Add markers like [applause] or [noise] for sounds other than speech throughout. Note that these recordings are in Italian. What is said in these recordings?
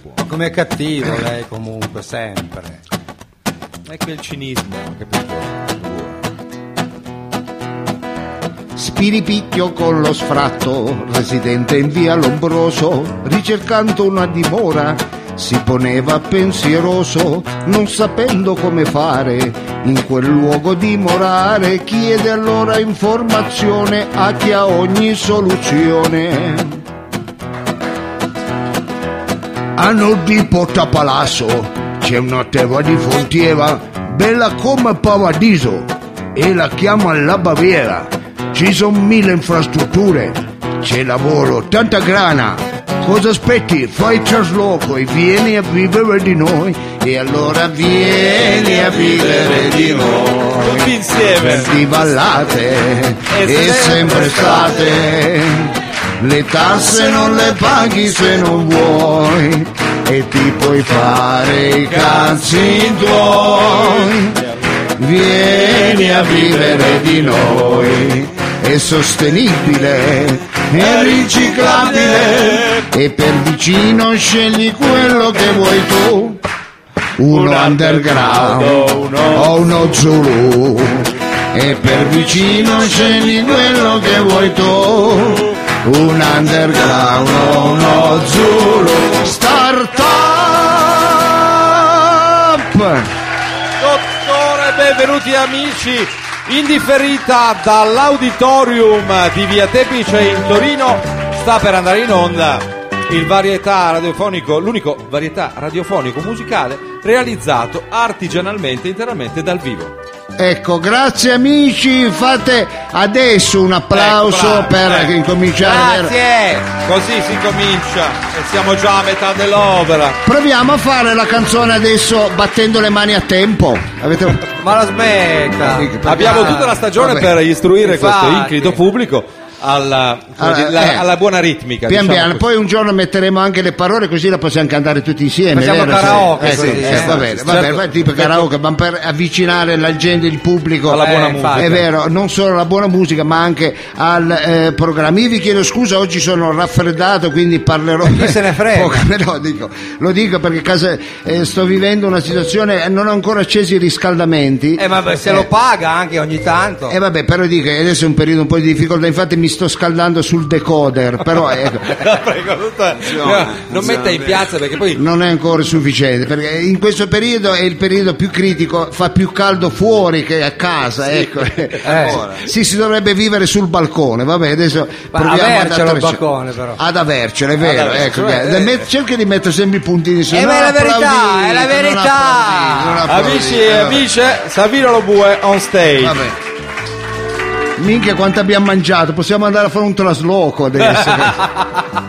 può. Com'è cattivo lei comunque, sempre. È quel cinismo, capito? Spiripicchio con lo sfratto, residente in via Lombroso, ricercando una dimora, si poneva pensieroso, non sapendo come fare in quel luogo dimorare, chiede allora informazione a chi ha ogni soluzione. A nord di Porta Palazzo c'è una terra di Fontieva, bella come paradiso, e la chiama la Baviera. Ci sono mille infrastrutture, c'è lavoro, tanta grana. Cosa aspetti? Fai il trasloco e vieni a vivere di noi. E allora vieni a vivere di noi. Tutti insieme. Di ballate e sempre state. Le tasse non le paghi se non vuoi e ti puoi fare i cazzi tuoi. Vieni a vivere di noi, è sostenibile, è riciclabile e per vicino scegli quello che vuoi tu. Uno underground uno- o uno Zulu e per vicino scegli quello che vuoi tu. Un underground o uno Zulu Startup! Dottore, benvenuti amici indifferita dall'auditorium di Via Tepice in Torino sta per andare in onda il varietà radiofonico, l'unico varietà radiofonico musicale realizzato artigianalmente interamente dal vivo. Ecco, grazie amici, fate adesso un applauso Ecco, bravo, per ecco. incominciare. Grazie! Così si comincia e siamo già a metà dell'opera. Proviamo a fare la canzone adesso battendo le mani a tempo. Avete- Ma la smetta! Abbiamo tutta la stagione vabbè. per istruire questo Infatti. incrito pubblico alla, come Ah, dire, la- eh. alla buona ritmica. Pian diciamo piano, così. poi un giorno metteremo anche le parole così la possiamo cantare tutti insieme. Facciamo vero? karaoke, Eh, così, sì, eh, sì, va sì, bene, sì, va certo. bene, vai tipo karaoke, ma per avvicinare la gente, il pubblico Alla buona Eh, musica. È vero, non solo alla buona musica, ma anche al eh, programma. Io vi chiedo scusa, oggi sono raffreddato, quindi parlerò. [laughs] chi se ne frega? poco, però dico- lo dico perché casa- eh, sto vivendo una situazione, eh, non ho ancora accesi i riscaldamenti. Eh, ma se lo paga anche ogni [laughs] tanto. E vabbè, però dico, adesso è un periodo un po' di difficoltà, infatti mi sto scaldando sul decoder, però ecco, Prego, tutta- non metta in piazza perché poi non è ancora sufficiente, perché in questo periodo è il periodo più critico, fa più caldo fuori che a casa, ecco. Eh. Sì, si dovrebbe vivere sul balcone, vabbè, adesso Ma proviamo avercelo ad il balcone, però. cioè, Ad avercelo, è vero, avercelo, ecco, eh, eh, met- cerca di mettere sempre i puntini su. Eh, Non ma è la verità, applaudite, è la non verità. applaudite, non applaudite, amici eh, e vabbè. amiche, Savino Lobue on stage. Vabbè. Minchia quanto abbiamo mangiato, possiamo andare a fare un trasloco [laughs] adesso.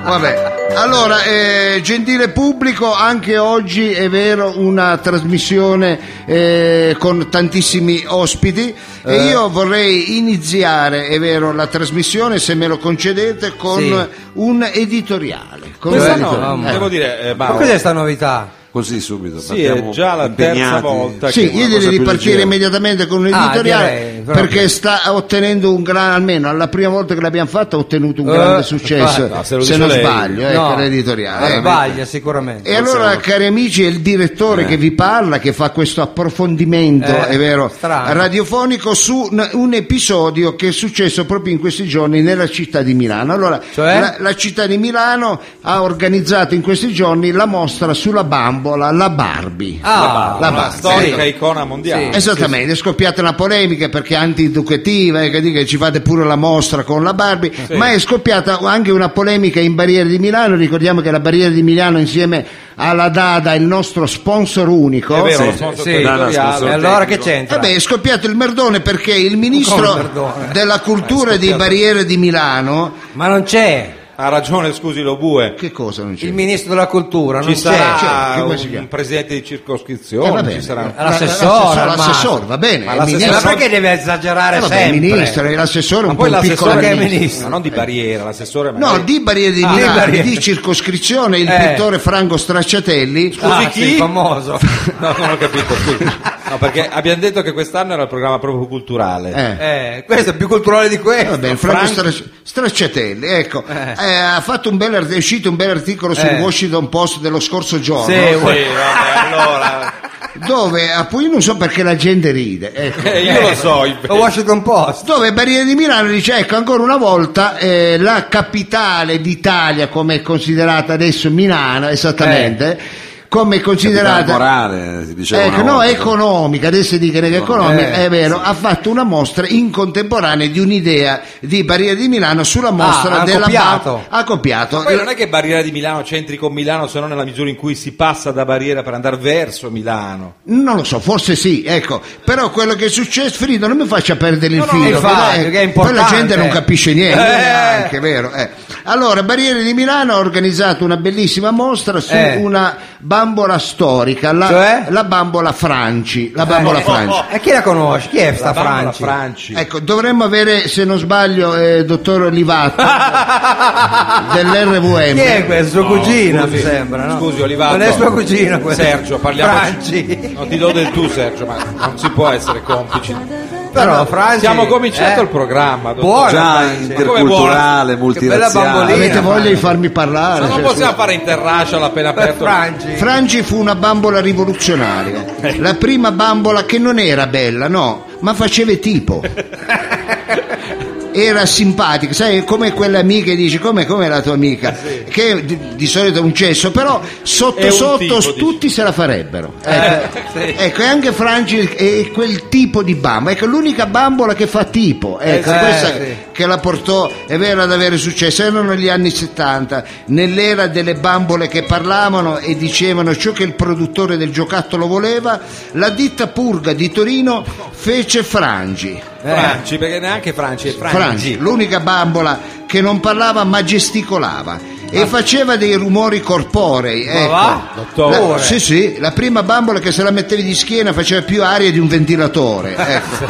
Vabbè. Allora, eh, gentile pubblico, anche oggi è vero una trasmissione eh, con tantissimi ospiti e io vorrei iniziare, è vero, la trasmissione, se me lo concedete, con Sì. un editoriale. Con Questa un no, editoriale. no, Eh. Devo dire, eh, Ma Mauro, cos'è sta novità? Così subito. sì, è partiamo già la terza impegnati. volta Sì, che io cosa direi di più partire leggera. immediatamente con un Ah, editoriale direi, proprio. perché sta ottenendo un gran almeno alla prima volta che l'abbiamo fatta ha ottenuto un Eh, grande successo infatti. No, se lo se, dice non lei. sbaglio eh, No, per l'editoriale non eh. sbaglia sicuramente. e allora cari amici è il direttore che vi parla che fa questo approfondimento Eh, è vero strano. radiofonico su n- un episodio che è successo proprio in questi giorni nella città di Milano allora Cioè? la, la città di Milano ha organizzato in questi giorni la mostra sulla bambola la Barbie Ah, la una base, storica ecco. icona mondiale. Sì. Esattamente, è scoppiata una polemica perché è antieducativa, eh, che dica ci fate pure la mostra con la Barbie, ma è scoppiata anche una polemica in Barriere di Milano, ricordiamo che la Barriera di Milano insieme alla Dada è il nostro sponsor unico. È vero, Sì. lo sponsor Sì. territoriale. E allora che c'entra? Eh beh, è scoppiato il merdone perché il Come il ministro merdone? della cultura di Barriere di Milano, Ma non c'è Ha ragione, scusi Lobue. che cosa non c'è? Eh, il ministro della cultura, non Ci sarà c'è, che come si un chiama? presidente di Eh, va circoscrizione, bene. ci sarà L'assessore, L'assessore, al l'assessore, va bene, Ma il l'assessore- Ma ministro- perché deve esagerare Eh, vabbè, il sempre? ministro, e l'assessore è Ma un po' poi un piccolo l'assessore che è ministro. ministro. ma non di barriera, l'assessore No, magari- [laughs] di Barriere di Ah, di Milano, di, Barriere. circoscrizione, il Eh. pittore Franco Stracciatelli. Scusi Ah, chi? [laughs] sì, famoso. No, non ho capito. scusi. No, perché abbiamo detto che quest'anno era il programma proprio culturale. Eh. Eh, questo è più culturale di questo. Vabbè, Franco Stra- Stracciatelli, ecco, eh, ha fatto un bel, art- è uscito un bel articolo sul Eh. Washington Post dello scorso giorno, Sì, Eh, Sì, vabbè, allora. dove ah, poi io non so perché la gente ride, ecco. Eh, io lo so. Lo invece. Washington Post. dove Barriere di Milano dice ecco ancora una volta eh, la capitale d'Italia come è considerata adesso Milano esattamente come è Capitale considerata morale, si diceva. Ecco, una no, volta. economica, adesso dicono che economica, Eh, è vero, ha fatto una mostra in contemporanea di un'idea di Barriere di Milano sulla mostra Ah, ha della copiato. ha copiato. Eh, Poi non è che Barriera di Milano c'entri con Milano se non nella misura in cui si passa da Barriera per andare verso Milano. Non lo so, forse sì, ecco, però quello che è successo, Frido, non mi faccia perdere il No, no, filo, infatti, eh, perché è poi la importante. gente non capisce niente, Eh. neanche, vero? eh. Allora, Barriere di Milano ha organizzato una bellissima mostra su Eh. una bambola storica, la, Cioè? la bambola Franci, la bambola Eh. Franci. E chi la conosce? Chi è La sta bambola Franci? Franci. Ecco, dovremmo avere, se non sbaglio, eh, dottor Olivato dell'RVM. Chi è questo? Sua No, cugina, scusi, mi sembra, no? Scusi, Olivato. Non è sua cugina questa. Sergio, parliamoci. Franci. Non ti do del tu, Sergio, ma non si può essere complici. Però Franci... Siamo cominciato eh, il programma. dottor. Buona Già Franci. Ma interculturale, come buona? Che bella multiraziale. bambolina. Avete voglia di farmi parlare? Ma non cioè, possiamo fare interrascia appena Per aperto. Franci. Frangi fu una bambola rivoluzionaria, la prima bambola che non era bella, no, ma faceva tipo. Era simpatica, sai, come quella amica che dice come com'è la tua amica, che di, di solito è un cesso, però È sotto un sotto tipo, dici. tutti se la farebbero. Ecco, sì. Ecco, e anche Frangi è quel tipo di bambola, ecco l'unica bambola che fa tipo, ecco, Eh, sì, questa sì. che la portò, è vero, ad avere successo, erano negli anni 70, nell'era delle bambole che parlavano e dicevano ciò che il produttore del giocattolo voleva, la ditta Purga di Torino fece Frangi. Eh. Franci, perché neanche Franci è Franci. Frangi, l'unica bambola che non parlava ma gesticolava Ah. e faceva dei rumori corporei. ecco. va? Dottore. La, sì, sì, la prima bambola che se la mettevi di schiena faceva più aria di un [laughs] ventilatore. Ecco.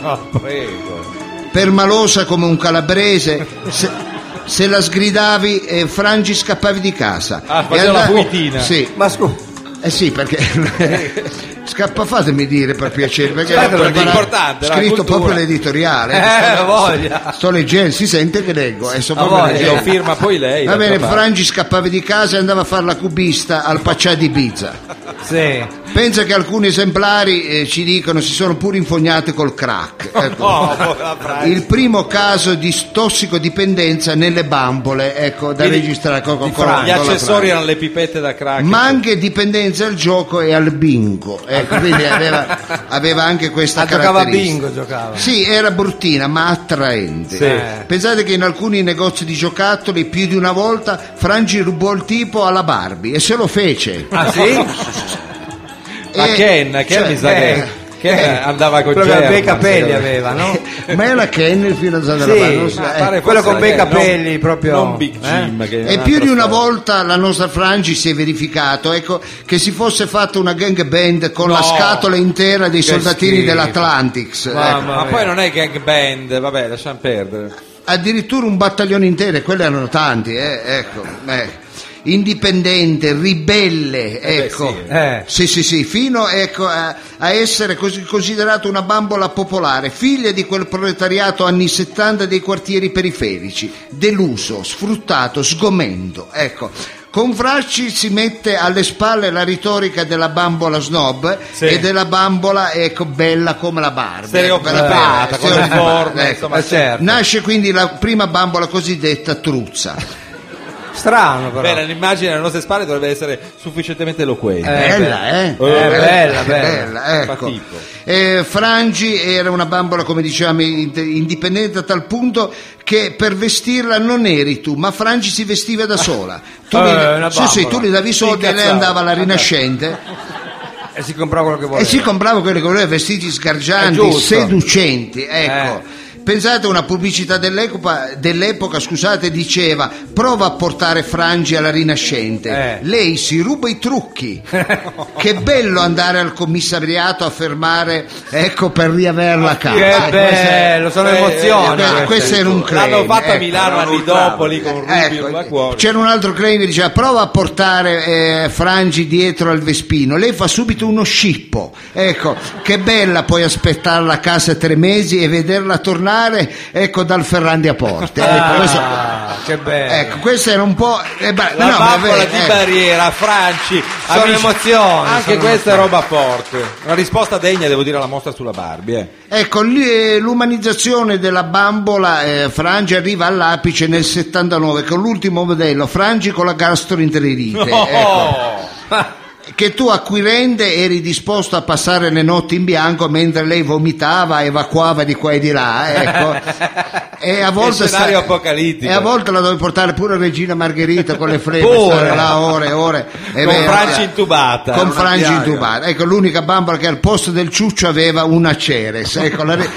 No, prego. permalosa come un calabrese. Se, se la sgridavi, eh, Frangi scappavi di casa. Ah, E faceva la puitina. Sì, Ma scusa... eh sì, perché. [laughs] Scappa, fatemi dire per piacere, perché Certo, ho perché è preparato- importante, la scritto cultura. proprio [laughs] l'editoriale. Eh, Sto- voglia. Sto leggendo, si sente che leggo, eh, sto proprio voglia. E leggendo. lo firma poi lei. Va bene, d'altra parte. Frangi scappava di casa e andava a fare la cubista al Paccià di Ibiza. Sì. Pensa che alcuni esemplari eh, ci dicono si sono pure infognate [laughs] col crack. Ecco. Oh, povera Franci. Il primo caso di tossicodipendenza nelle bambole, ecco, da Quindi, registrare con, con, Di con- Fra- con gli la accessori Franci. erano le pipette da crack. Ma anche dipendenza al gioco e al bingo, ecco, quindi aveva, aveva anche [laughs] questa Ah, giocava a caratteristica. bingo, giocava. Sì, era bruttina ma attraente. Eh. Sì. Pensate che in alcuni negozi di giocattoli più di una volta Frangi rubò il tipo alla Barbie e se lo fece. Ah sì? Ma E- Ken, Ken cioè, mi sa eh, che Ken andava con Quello che aveva German, bei capelli secondo me. [laughs] aveva, no? [laughs] Ma era Ken il fidanzato della Sì, Barbie, non so, ma eh. pare Quello con bei capelli, proprio, non Big Jim eh? che è E un più di altro una storico. volta la nostra Frangi si è verificato ecco, che si fosse fatta una gang band con la No. scatola intera dei Che soldatini schifo. dell'Atlantics. Mamma ecco. ma mia. poi non è gang band vabbè lasciamo perdere Addirittura un battaglione intero, e quelli erano tanti, eh, ecco, eh. indipendente, ribelle, beh, ecco. sì, eh. Sì, sì, sì, fino ecco, a, a essere così considerata una bambola popolare, figlia di quel proletariato anni 70 dei quartieri periferici, deluso, sfruttato, sgomento, ecco. Con Fracci si mette alle spalle la retorica della bambola snob Sì. e della bambola ecco, bella come la Barbie. Stereotipata, Ecco, con le forme, insomma, Eh, certo. Nasce quindi la prima bambola cosiddetta truzza. Strano però. bene l'immagine alle nostre spalle dovrebbe essere sufficientemente eloquente Eh, bella, eh? Eh, bella, bella. ecco. Fa tipo. Eh, Frangi era una bambola, come dicevamo, ind- indipendente a tal punto che per vestirla non eri tu, ma Frangi si vestiva da sola. Tu, Eh, gli- una sì, sì, bambola. tu gli davi i soldi e lei Incazzava. andava alla Rinascente E Eh si comprava quello che voleva. e si comprava quelli che voleva, vestiti È Eh. sgargianti, giusto. seducenti, ecco. Pensate una pubblicità dell'epoca, dell'epoca, scusate, diceva prova a portare frangi alla rinascente. Eh. Lei si ruba i [laughs] trucchi. che bello andare al commissariato a fermare, ecco per riaverla a casa. Che Eh, bello, sono eh, emozioni. eh, eh, queste. questo era un L'hanno claim. fatta a ecco. Milano erano anni ultime. dopo lì con Rubio Ecco, da cuore. c'era un altro claim che diceva prova a portare eh, Frangi dietro al Vespino lei fa subito uno scippo ecco che bella poi aspettarla a casa tre mesi e vederla tornare ecco dal Ferrandi a Porte ecco, questo, Ah, che bello. ecco, questo era un po' eh, beh, eh. La no, ma bambola vabbè, di ecco. barriera, Franci, Sono emozioni, Anche sono questa è roba forte. Una risposta degna, devo dire, alla mostra sulla Barbie. eh. Ecco, lì, eh, l'umanizzazione della bambola eh, Frangi arriva all'apice nel 79 con l'ultimo modello Frangi con la gastroenterite. No! Ecco. che tu acquirente eri disposto a passare le notti in bianco mentre lei vomitava, evacuava di qua e di [laughs] là, ecco. E a volte, scenario apocalittico. e a volte la dovevi portare pure Regina Margherita con le frebbre, Pure. stare là ore e ore. È Con vero, Franci eh. intubata. Con Una Franci piaga. intubata. Ecco, l'unica bambola che al posto del ciuccio aveva una Ceres. Ecco, la ri-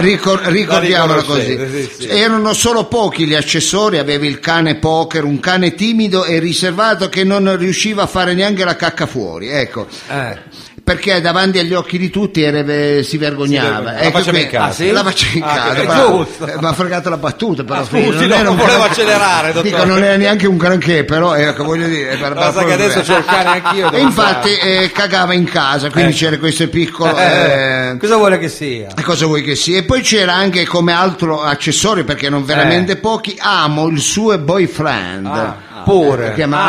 ricor- ricordiamola così. riconoscete, sì, sì. Erano solo pochi gli accessori, avevi il cane poker, un cane timido e riservato che non riusciva a fare neanche la cacca fuori, ecco. Eh. Perché davanti agli occhi di tutti era- eh, si vergognava. vergognava. La Ecco, faceva in qui- casa. Ah, sì? La faceva in Ah, casa, che- bravo. giusto. Eh, Ma ha fregato la battuta, però. Ah, fine, scusi, era no, un- volevo accelerare, dottore. Dico, non era neanche un granché, però, ecco, voglio dire. per- Basta per- che adesso c'è il cane anch'io. e devo infatti fare. eh, cagava in casa, quindi c'era questo piccolo. [laughs] Eh, eh, cosa vuole che sia? e cosa vuoi che sia? E poi c'era anche come altro accessorio, perché non veramente pochi, Amo, il suo boyfriend. Ah, Pure. Lo eh, chiama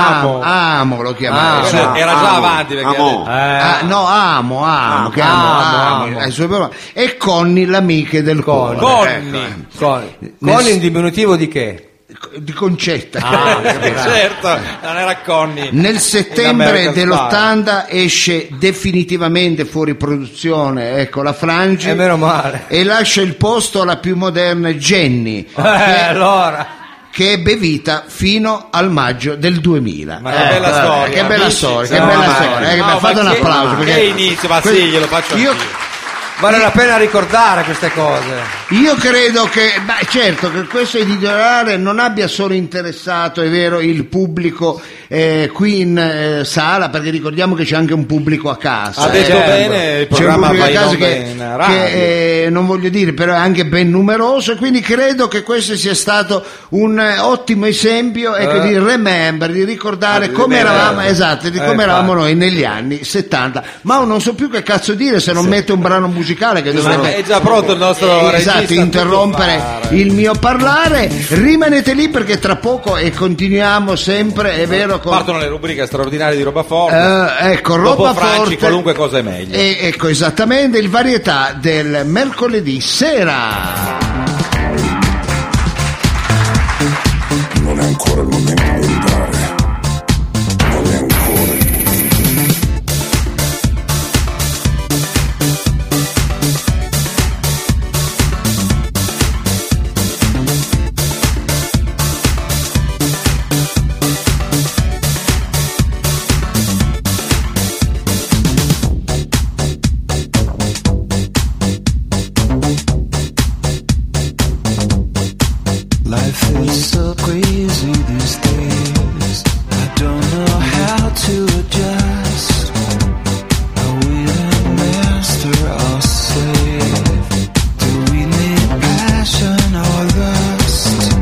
Amo, Amo. Amo lo chiamava. Amo. il suo- Cioè, Era- era già Amo, avanti perché Amo. ha detto- Eh, Ah, no, amo, amo, che amo, Amo, amo, Amo. eh, il suo boyfriend. E Conny, l'amica del cuore. Conny. ecco, con, Nel- con il diminutivo di che? eh, Di concetta. Ecco. certo, non era Conny. [laughs] Nel In settembre American dell'80 esce definitivamente fuori produzione, ecco, la Frangi. E Eh, [laughs] meno male. e lascia il posto alla più moderna Jenny, Eh, allora. che ebbe vita fino al maggio del 2000. Ma che bella vabbè, storia, Che bella amici. storia, No, che bella ma- storia. eh, no, beh, ma fate un che- applauso. che perché- inizio, ma sì, glielo faccio io, anch'io. Vale la pena ricordare queste cose. io credo che, beh, certo, che questo editoriale non abbia solo interessato, è vero, il pubblico eh, qui in eh, sala, perché ricordiamo che c'è anche un pubblico a casa. Ha detto ecco. bene il c'è un programma pubblico a Vai in casa Onda che, in radio. che, eh, non voglio dire però è anche ben numeroso e quindi credo che questo sia stato un eh, ottimo esempio ecco, Eh. di remember di Ah, ricordare come eravamo esatto di come eravamo noi negli anni 70 ma non so più che cazzo dire se non metto un brano musicale che Ma è dovrebbe già pronto il nostro eh, regista, esatto, tutto interrompere fare. il mio parlare rimanete lì perché tra poco e continuiamo sempre è vero con Partono le rubriche straordinarie di roba forte. eh, ecco, Dopo roba Franci, forte. qualunque cosa è meglio. Eh. E- ecco, esattamente, il varietà del mercoledì sera. Non è ancora il momento di dare. Non è ancora il momento. Life is so crazy these days. I don't know how to adjust. Are we a master or slave? Do we need passion or lust?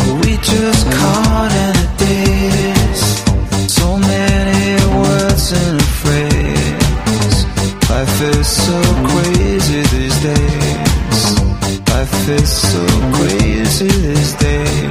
Are we just caught in a daze? So many words in a phrase. Life is so crazy these days. Life is so crazy these days.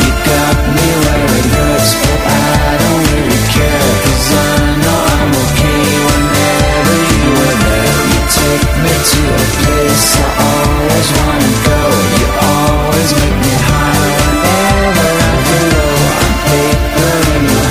You got me where it hurts, but I don't really care. 'Cause I know I'm okay whenever you are there. You take me to a place I always wanna go. You always make me high whenever I'm below. I'm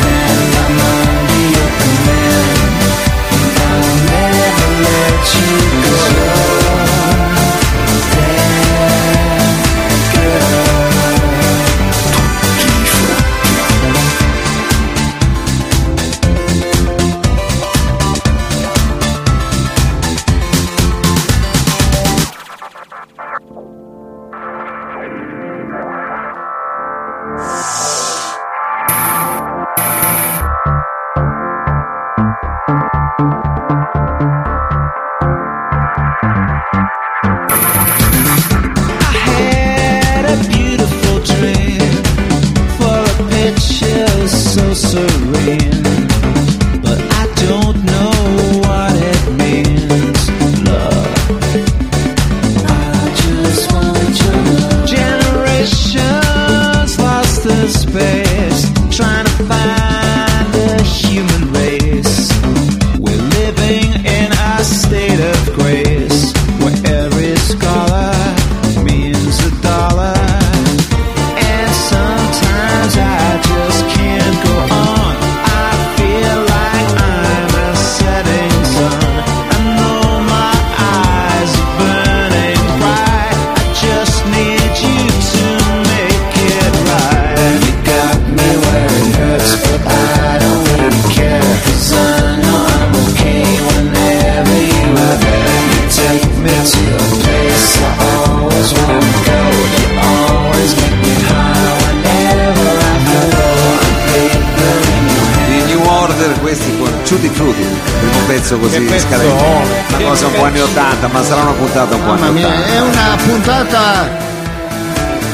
pezzo così Che scadente. pezzone, Una che cosa un po' anni pezzo. 80, ma sarà una puntata un po' Mamma anni mia, 80. è una puntata.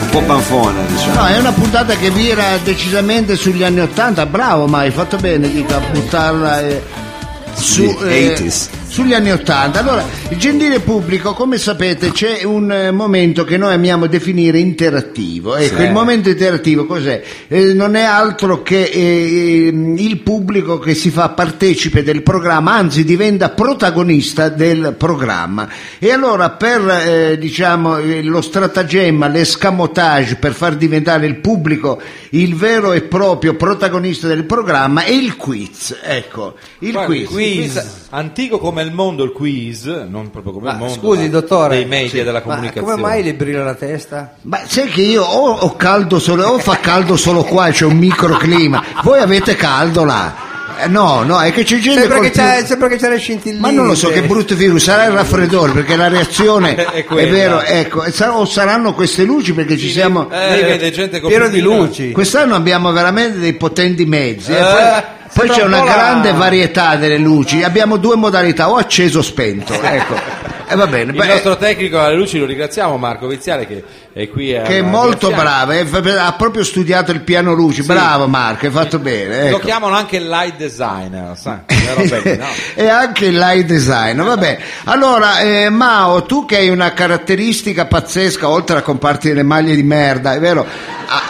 Un po' banfona, diciamo. No, è una puntata che vira decisamente sugli anni 80, bravo, ma hai fatto bene dico, a buttarla eh, su, Sì, eh, 80s. sugli anni 80. Allora, il gentile pubblico, come sapete, c'è un eh, momento che noi amiamo definire interattivo. Ecco, il momento interattivo cos'è? Eh, non è altro che eh, il pubblico che si fa partecipe del programma, anzi diventa protagonista del programma. E allora per eh, diciamo, eh, lo stratagemma, l'escamotage per far diventare il pubblico il vero e proprio protagonista del programma è il quiz. Ecco, il Guarda, quiz. Antico come il mondo il quiz, non proprio come il Ma mondo scusi ma dottore, dei media sì, della ma comunicazione. come mai le brilla la testa? Ma sai che io o ho caldo solo, o fa caldo solo qua, c'è un microclima. Voi avete caldo là? Eh, No, no, è che c'è gente Sembra col che, c'è, più- sembra che c'è le scintillite. Ma non lo so che brutto virus, sarà il raffreddore perché la [laughs] reazione È è, quella. vero, ecco, e sar- o saranno queste luci perché ci siamo Eh, Lei vede che- gente con pieno di piccina. luci. Quest'anno abbiamo veramente dei potenti mezzi. eh. Eh, Poi- Poi, sembra c'è un una po' la- grande varietà delle luci, abbiamo due modalità, o acceso o spento, ecco. E va bene, Il beh, nostro tecnico alle luci lo ringraziamo Marco Viziale che è qui a- che è a- molto a- brava, eh, ha proprio studiato il piano luci, bravo Marco, hai fatto bene. Lo Ecco. chiamano anche light designer, sai, le [laughs] robe lì, no? e anche il light design vabbè allora eh, Mao tu che hai una caratteristica pazzesca oltre a comparti le maglie di merda è vero a,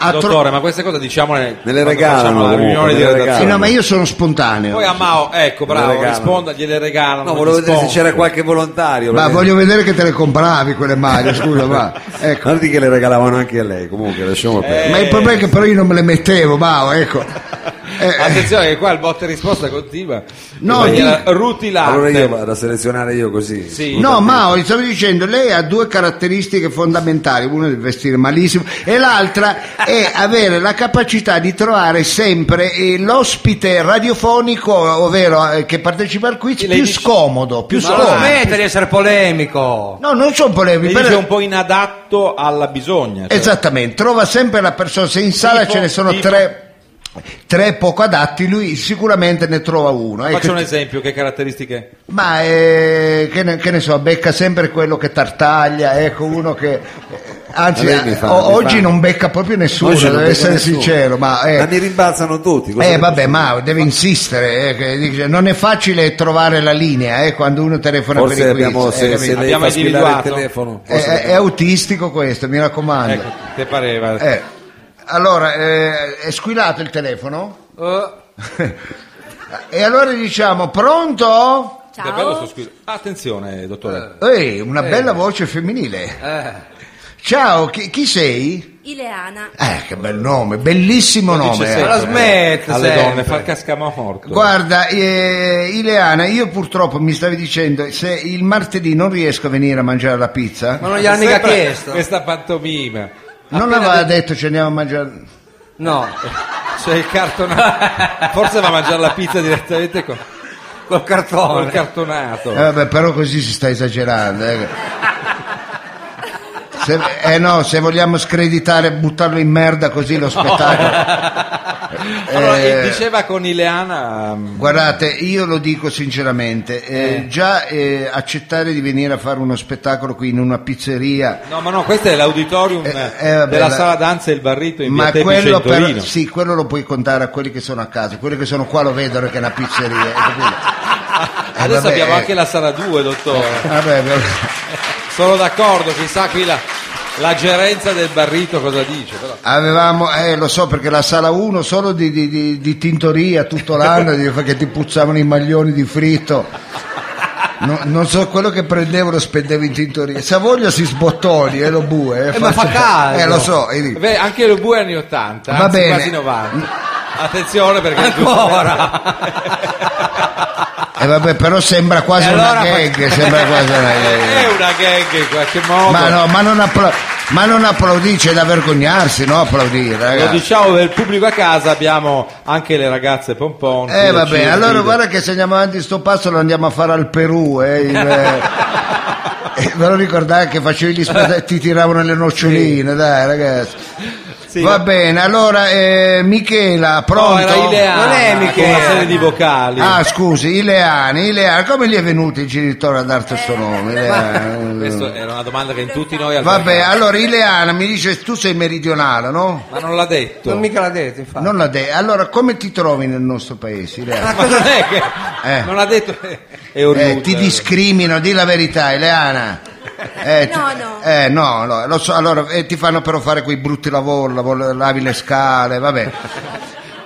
a tro- Dottore, ma queste cose diciamole Me le quando regalano, facciamo la comunque, riunione me di le redazione. Sì, no, regalano. ma io sono spontaneo Poi a Mao, ecco, bravo, regalano. risponda, gliele regalano. No, volevo vedere se rispondi. c'era qualche volontario. ma perché- voglio vedere che te le compravi quelle maglie [laughs] scusa ma ecco Guardi che le regalavano anche a lei, comunque Eh, lasciamo perdere. ma il problema è che però io non me le mettevo Mao ecco Eh, Attenzione che qua il botte e risposta continua. No, in maniera dico- rutilante. Allora io vado a selezionare io così. Sì. Scusa. No, Mao, gli stavo dicendo, lei ha due caratteristiche fondamentali, una è di vestire malissimo e l'altra è avere la capacità di trovare sempre eh, l'ospite radiofonico, ovvero eh, che partecipa al quiz, lei più dice- scomodo, più Ma scomodo. smetta di essere polemico. No, non sono Mi polemico. dice per- un po' inadatto alla bisogna. cioè, Esatto. Esattamente, trova sempre la persona, se in sala Tipo- ce ne sono tipo- tre, tre poco adatti, lui sicuramente ne trova uno. Ecco, Faccio un esempio, che caratteristiche? Ma eh, che, ne, che ne so, becca sempre quello che tartaglia, ecco uno che. eh, Anzi, Ma lei mi fa- o- mi oggi fa. non becca proprio nessuno, Oggi non devo becco essere nessuno. sincero, ma. eh, Ma mi rimbalzano tutti. cosa eh, ne vabbè, posso ma deve insistere, eh, che dice, non è facile trovare la linea eh, quando uno telefona Forse per i quiz. abbiamo, eh, se, capito? se lei Abbiamo fa squillare il individuato. telefono. è, Ah, forse- è- è autistico questo, mi Eh. raccomando. Ecco, te pareva. Eh, allora, eh, è squillato il telefono? E allora diciamo, pronto? Davvero sto Ciao. squillo. Attenzione, Eh. dottore. Ehi, Eh, una Eh. bella voce femminile. Ciao, chi, chi sei? Ileana. Eh, che bel nome, bellissimo Lo dice nome. eh. sempre, Ecco. Ma la smetta Alle sempre. donne, far cascamo morto. Guarda, eh, Ileana, io purtroppo mi stavi dicendo, se il martedì non riesco a venire a mangiare la pizza, Ma non gli ha mica Sempre chiesto. Questa pantomima. non appena aveva de- detto ci andiamo a mangiare... No, C'è il cartonato. Forse va a mangiare la pizza direttamente con, col col cartone. cartonato. Eh, vabbè, però così si sta esagerando. Eh. Se, eh no, se vogliamo screditare, buttarlo in merda così lo spettacolo. [laughs] Allora, eh, diceva con Ileana. mm, Guardate, io lo dico sinceramente, eh, già eh, accettare di venire a fare uno spettacolo qui in una pizzeria, No, ma no, questo è l'auditorium Eh, eh, eh, vabbè, della la- sala danza e il barrito in ma via Tepice quello, in Torino. per, sì, quello lo puoi contare a quelli che sono a casa, quelli che sono qua lo vedono che è una pizzeria. hai capito? [laughs] Eh, Adesso vabbè, abbiamo eh. anche la sala 2, dottore. Vabbè, vabbè. Sono d'accordo, chissà qui la, la gerenza del barrito cosa dice. Però. Avevamo, eh, lo so perché la sala 1 solo di, di- di- di tintoria tutto l'anno di- perché ti puzzavano i maglioni di fritto. No- non so quello che prendevo lo spendevo in tintoria. Savoglio si sbottoni e lo bue. Eh, ma fa faccio- caldo. Eh, lo so. e dico- Beh, anche lo bue anni 80, Ah, Va anzi, bene. quasi 90. Attenzione perché Ancora. eh, vabbè, però sembra quasi E allora una fa- [laughs] gag. sembra quasi una [laughs] è gag. una gag in qualche modo. Ma no, ma non, appla- ma non applaudire, c'è da vergognarsi, no? Applaudire, Lo ragazzi. diciamo per il pubblico a casa, abbiamo anche le ragazze pompon. Eh vabbè, allora guarda che se andiamo avanti sto passo lo andiamo a fare al Perù, [laughs] eh, il, eh, eh, ve lo ricordate che facevi gli spettacoli ti tiravano le noccioline, dai ragazzi. Sì. Va bene, allora eh, Michela, pronto? No, era Ileana, Non è Michela. con una serie di vocali. Ah, scusi, Ileani, Ileani, come gli è venuto il genitore a darti questo nome? Eh, Ileana? Questa era una domanda che in tutti noi abbiamo. Vabbè, allora Ileana mi dice tu sei meridionale, no? Ma non l'ha detto. Non mica l'ha detto, infatti. Non la de- allora come ti trovi nel nostro paese, [laughs] Ileana? Ma non è che. Eh. Non ha detto. È Eh, orribile. ti discriminano, di la verità, Ileana. Eh, No, ti- no. eh, no, no, lo so, allora eh, ti fanno però fare quei brutti lavori, lavori- lavi le scale, vabbè.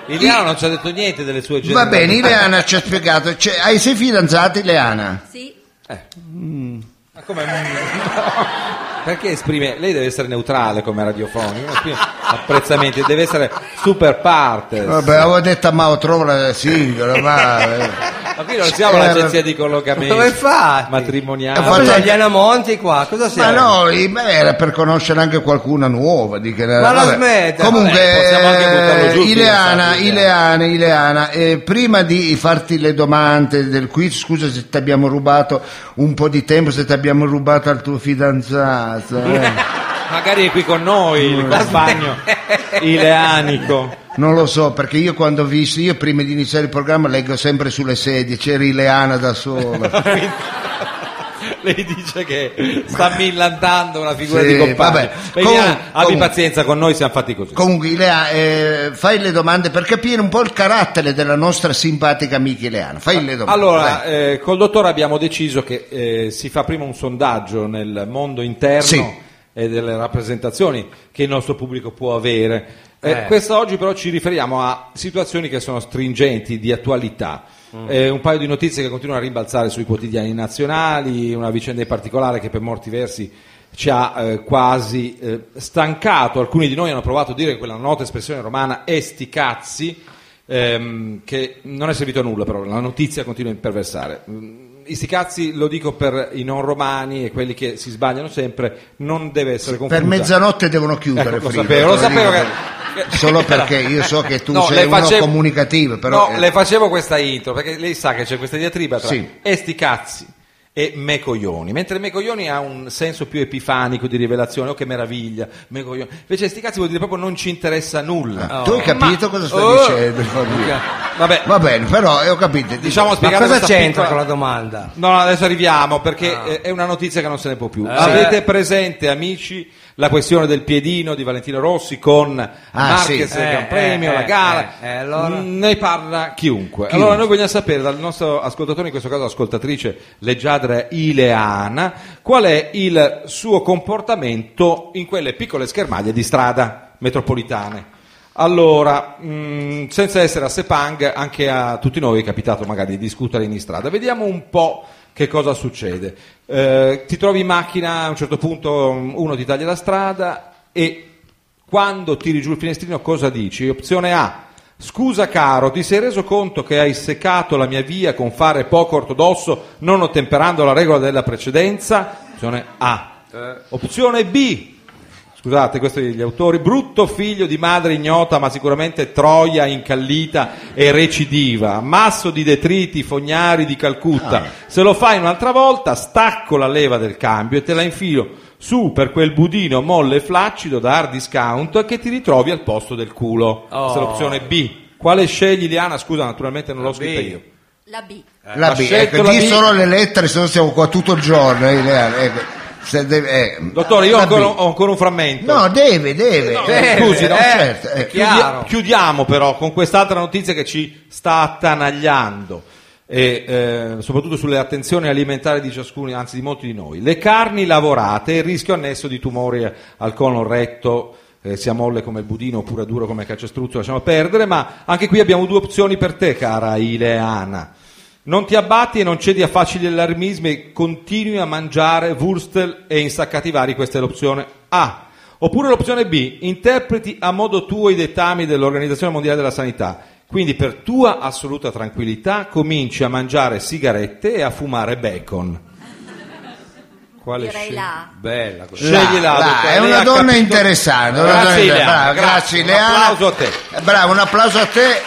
Liliana non ci ha detto niente delle sue Va generazioni. bene, Ileana ci ha spiegato, cioè, hai sei fidanzati, Ileana? Sì. Ma come? [laughs] Perché esprime. Lei deve essere neutrale come radiofonica. non esprime Apprezzamenti, deve essere super partes. Vabbè, avevo detto a Mao trovo la singola, ma... eh. Ma qui non siamo Eh, l'agenzia di Come collocamento fatti? Ha matrimoniale. Ma fatto- cos'è, gli Anamonti qua? Cosa Ma sei? no, eh, beh, era per conoscere anche qualcuna nuova. Di che, la smetta, Comunque, vabbè, possiamo anche buttarlo eh, giù, chi Ileana, lo sa, chi lo sa. Ileana, Ileana, eh, prima di farti le domande del quiz, scusa se ti abbiamo rubato un po' di tempo, se ti abbiamo rubato al tuo fidanzato. eh. [laughs] Magari è qui con noi il compagno Ileanico. Non lo so, perché io quando ho visto, io prima di iniziare il programma leggo sempre sulle sedie, c'era Ileana [laughs] da sola. Lei dice che sta millantando una figura Sì, di compagno. vabbè. Lei, Comun- Ileana, abbi comunque. pazienza con noi, siamo fatti così. Comunque, Ilea, eh, fai le domande per capire un po' il carattere della nostra simpatica amica Ileana. Fai le domande. vai. Allora, eh, col dottore abbiamo deciso che eh, si fa prima un sondaggio nel mondo interno Sì. e delle rappresentazioni che il nostro pubblico può avere. Eh, Questa oggi però ci riferiamo a situazioni che sono stringenti, di attualità. Mm. Eh, un paio di notizie che continuano a rimbalzare sui quotidiani nazionali, una vicenda in particolare che per molti versi ci ha eh, quasi eh, stancato. Alcuni di noi hanno provato a dire quella nota espressione romana, esti cazzi, ehm, che non è servito a nulla, però la notizia continua a imperversare. Mm, I sti cazzi lo dico per i non romani e quelli che si sbagliano sempre, non deve essere confuso. Per mezzanotte devono chiudere. Ecco, lo Frido, sapevo, lo te dico sapevo che... per- Solo perché io so che tu No, sei le uno facevo- comunicativo, però... No, eh, le facevo questa intro, perché lei sa che c'è questa diatriba tra Sì. e sti cazzi e me coglioni, mentre me coglioni ha un senso più epifanico di rivelazione, oh che meraviglia, me coglioni. Invece sti cazzi vuol dire proprio non ci interessa nulla. Ah, Tu hai capito cosa stai Oh. dicendo? Fabio? Vabbè, Va bene, però eh, ho capito. Diciamo, Dico- Ma spiegate cosa questa c'entra piccola- con la domanda? Ah. No, no, adesso arriviamo perché eh, è una notizia che non se ne può Eh. più. Avete presente, amici, la questione del piedino di Valentino Rossi con Marquez sì. il Gran Eh, Premio, eh, la gara? eh, eh, allora? Mm, Ne parla chiunque. Allora noi vogliamo sapere dal nostro ascoltatore, in questo caso ascoltatrice leggiadra Ileana, qual è il suo comportamento in quelle piccole schermaglie di strada metropolitane. Allora, mm, senza essere a Sepang, anche a tutti noi è capitato magari di discutere in strada. Vediamo un po' che cosa succede. Eh, ti trovi in macchina, a un certo punto mm, uno ti taglia la strada e quando tiri giù il finestrino cosa dici? Opzione A. Scusa caro, ti sei reso conto che hai seccato la mia via con fare poco ortodosso non ottemperando la regola della precedenza? Opzione A. Opzione B. Scusate, questi sono gli autori. Brutto figlio di madre ignota, ma sicuramente troia incallita e recidiva. Ammasso di detriti fognari di Calcutta. Ah. Se lo fai un'altra volta, stacco la leva del cambio e te la infilo su per quel budino molle e flaccido da hard discount che ti ritrovi al posto del culo. Oh. Questa è l'opzione B. Quale scegli, Liana? Scusa, naturalmente non l'ho scritta B. io. La B. la ha B, scelto ecco, la di B. solo le lettere, se no siamo qua tutto il giorno. eh, Ileana, ecco. Se deve- eh, Dottore, io ho la ancora, B. ho ancora un frammento. No, deve, deve. Eh, Eh, scusi, no, no? certo, eh. Chiudi- Chiaro. chiudiamo però con quest'altra notizia che ci sta attanagliando e eh, soprattutto sulle attenzioni alimentari di ciascuno, anzi di molti di noi. Le carni lavorate, il rischio annesso di tumori al colon retto, eh, sia molle come il budino oppure duro come il calcestruzzo, lasciamo perdere, ma anche qui abbiamo due opzioni per te, cara Ileana. Non ti abbatti e non cedi a facili allarmismi e continui a mangiare wurstel e insaccati vari, questa è l'opzione A. Oppure l'opzione B, interpreti a modo tuo i dettami dell'Organizzazione Mondiale della Sanità. Quindi per tua assoluta tranquillità cominci a mangiare sigarette e a fumare bacon. Quale Direi scegli? la A. Bella questa. La- Scegli la, la- dottore, è lei una ha donna capito- interessante, una Grazie donna inter- Ileana, brava, grazie, Un Ileana. applauso a te. Eh, Bravo, un applauso a te.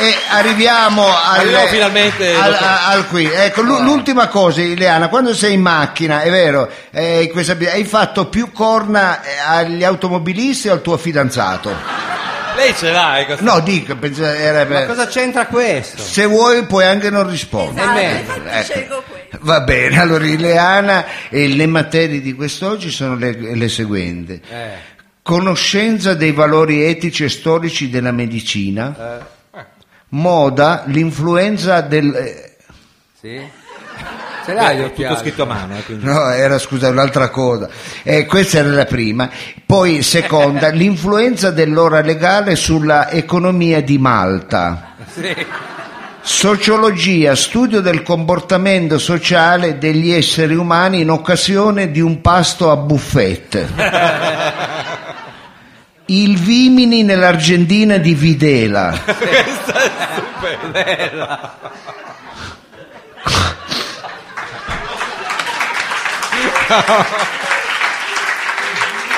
E arriviamo al, Arriviamo finalmente, al, dottor. a- al qui. Ecco, l'u- l'ultima cosa, Ileana, quando sei in macchina, è vero, eh, in questa- hai fatto più corna eh, agli automobilisti o al tuo fidanzato? Lei ce l'ha, eh, questa- No, dico, penso- era per- Ma cosa c'entra questo? se vuoi puoi anche non rispondere. Eh, Esatto, beh, infatti Oh, ecco. scelgo quello. Va bene, allora Ileana e le materie di quest'oggi sono le, le seguenti. Eh. Conoscenza dei valori etici e storici della medicina. Moda, l'influenza del... eh, [laughs] Sì? Ce l'hai gli tutto occhiali? scritto a mano, eh, quindi. No, era scusa, un'altra cosa. Eh, questa era la prima. Poi [laughs] seconda, l'influenza dell'ora legale sulla economia di Malta. Sociologia, studio del comportamento sociale degli esseri umani in occasione di un pasto a buffet. [laughs] Il Vimini nell'Argentina di Videla. [laughs]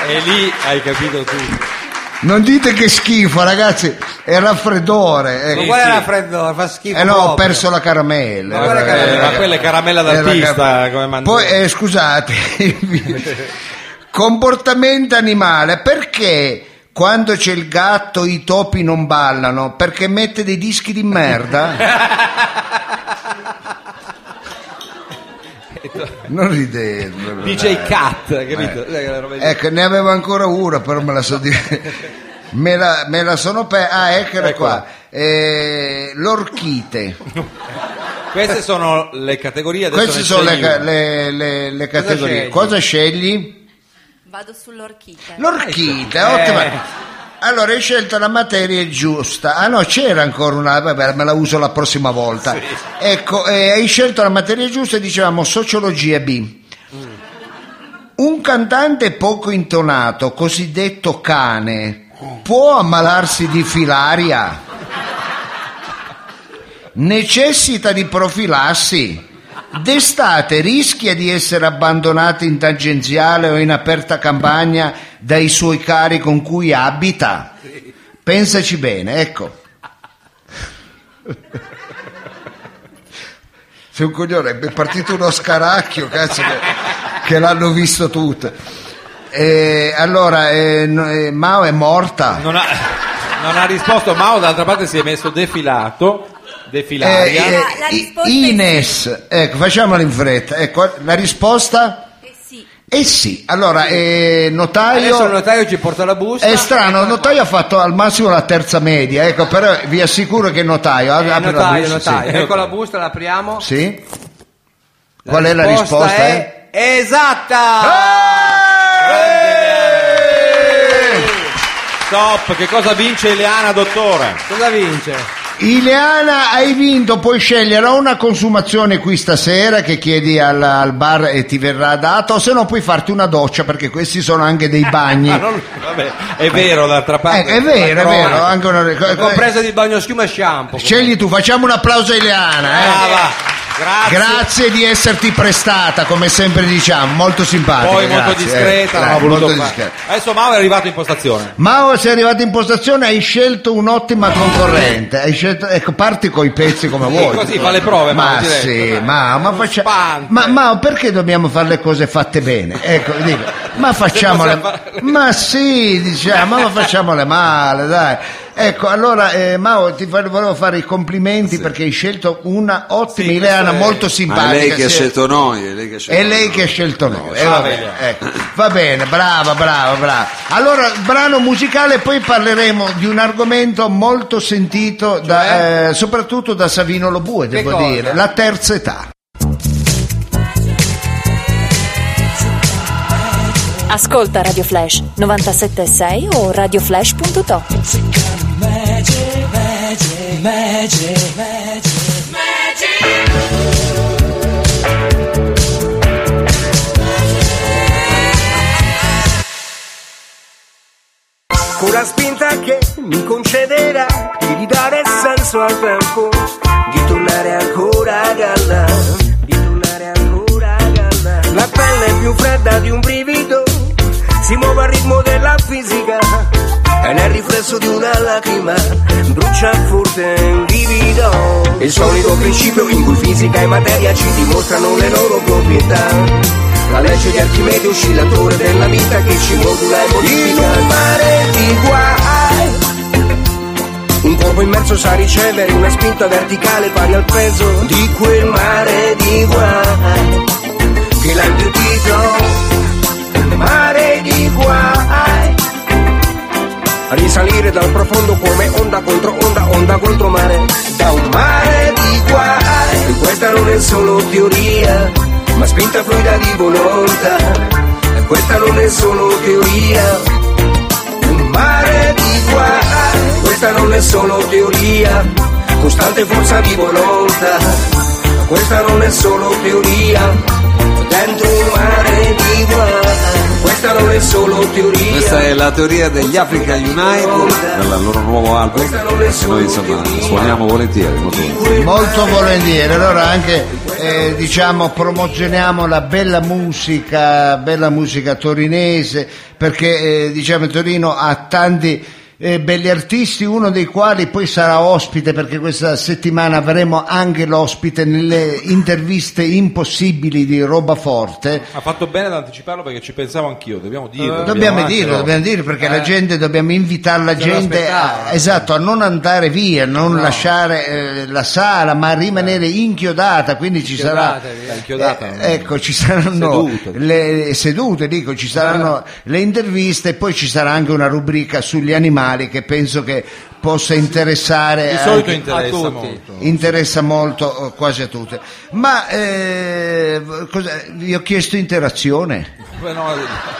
E lì hai capito tutto. Non dite che schifo, ragazzi, è raffreddore. ecco. Ma qual era freddo? Fa schifo. Eh no, ho proprio. perso la caramella. Ma quella Eh, Eh, caramella- ma quella è caramella eh, d'artista, raga- come mangiare. Poi, eh, [laughs] scusate, comportamento animale, perché quando c'è il gatto i topi non ballano? Perché mette dei dischi [laughs] di merda? Non ridete. però. DJ Cat, capito? Sai che la roba- Ecco, ne avevo ancora una, però me la so dire. Me la, me la sono persa. Ah, eccola qua. Eh, l'orchite. Queste sono le categorie adesso Queste ne sono le, scegli una. le- le- le categorie. scegli? Cosa scegli? Vado sull'orchite. L'orchite, Ecco. ottima. Eh. Allora hai scelto la materia giusta. Ah no, c'era ancora una, vabbè, me la uso la prossima volta. Ecco, eh, hai scelto la materia giusta e dicevamo sociologia B. Un cantante poco intonato, cosiddetto cane, può ammalarsi di filaria? necessita di profilassi. D'estate rischia di essere abbandonato in tangenziale o in aperta campagna dai suoi cari con cui abita. Pensaci bene, ecco. Sei un coglione, è partito uno scaracchio, cazzo, che, che l'hanno visto tutte. Eh, allora, eh, no, eh, Mao è morta. Non ha, non ha risposto Mao, d'altra parte si è messo defilato, Eh, defilaria. eh, eh, La I- risposta è Ines, ecco, facciamola in fretta. Ecco, la risposta? Eh sì. Eh sì. Allora, eh, Adesso il notaio. notaio ci porta la busta. È strano, il notaio ha fatto al massimo la terza media, ecco, però vi assicuro che il notaio. Eh, apre la notaio, busta, notaio. Ecco la busta, la apriamo. Sì. Sì? Qual è la risposta? eh? È esatta! Eh! Stop, che cosa vince Ileana, dottore? Cosa vince? Ileana, hai vinto, puoi scegliere o una consumazione qui stasera che chiedi al, al bar e ti verrà data, o se no puoi farti una doccia perché questi sono anche dei bagni. [laughs] Ah, non- vabbè, è vero, d'altra Eh, parte. è vero, è Prova. vero, anche una- Eh, È compreso di bagno schiuma e shampoo. Scegli tu, facciamo un applauso a Ileana. eh. Brava, grazie. Grazie di esserti prestata, come sempre diciamo, molto simpatica. Poi molto grazie, eh. discreta, Eh, non ha voluto molto fare. discreta. Adesso Mao è arrivato in postazione. Mao, sei arrivato in postazione, hai scelto un'ottima concorrente. Hai scelto, ecco, parti coi pezzi come vuoi. così fa le prove, Ma Mao, diretto, sì, dai. ma, ma faccia- spante. ma- Mao, perché dobbiamo fare le cose fatte bene? Ecco, dico, [laughs] ma facciamole. possiamo fare- Ma sì, diciamo, ma facciamole male, dai. Ecco, allora eh, Mao ti fa- volevo fare i complimenti perché hai scelto una ottima Sì, Ileana questo è- molto Ma simpatica. è lei che ha sì. scelto noi, è lei che ha scelto È lei noi. che ha scelto Ah, noi. Eh, va, bene, vedi. ecco. Va bene, brava, brava, brava. Allora, brano musicale, poi parleremo di un argomento molto sentito, da, eh, soprattutto da Savino Lobue, devo cosa? dire, la terza età. Ascolta Radio Flash 976 o radioflash.top. con la spinta che mi concederà di ridare senso al tempo, di tornare ancora a galla, di tornare ancora a galla. La pelle più fredda di un brivido si muove al ritmo della fisica, è e nel riflesso di una lacrima brucia forte un livido. Il solito principio in cui fisica e materia ci dimostrano le loro proprietà. La legge di Archimede oscillatore della vita che ci modula e modifica. In un mare di guai un corpo immerso sa ricevere una spinta verticale pari al peso di quel mare di guai che l'ha impiutito. Mare di guai. Risalire dal profondo come onda contro onda, onda contro mare. Da un mare di guai. E questa non è solo teoria, ma spinta fluida di volontà. E questa non è solo teoria, un mare di guai. Questa non è solo teoria, costante forza di volontà. Questa non è solo teoria, dentro un mare di guai. Questa non è solo teoria. Questa è la teoria degli Africa United. Nel loro nuovo album che noi insomma suoniamo volentieri. molto volentieri. Molto volentieri, allora anche eh, diciamo promozioniamo la bella musica, bella musica torinese, perché eh, diciamo Torino ha tanti eh, belli artisti, uno dei quali poi sarà ospite perché questa settimana avremo anche l'ospite nelle interviste impossibili di Roba Forte. Ha fatto bene ad anticiparlo perché ci pensavo anch'io, dobbiamo dirlo. Eh, Dobbiamo anche dirlo, loro. dobbiamo dirlo perché la gente, dobbiamo invitare la lo gente a, aspettava. esatto, a non andare via, non lasciare eh, la sala, ma a rimanere inchiodata, quindi ci sarà Inchiodatevi. L'ha inchiodata. eh, ecco, ci saranno Sedute. le sedute, dico, ci saranno le interviste e poi ci sarà anche una rubrica sugli animali che penso che possa interessare Di solito anche- interessa a tutti. molto. interessa molto eh, quasi a tutte. Ma eh, cosa- vi ho chiesto interazione. Beh, no,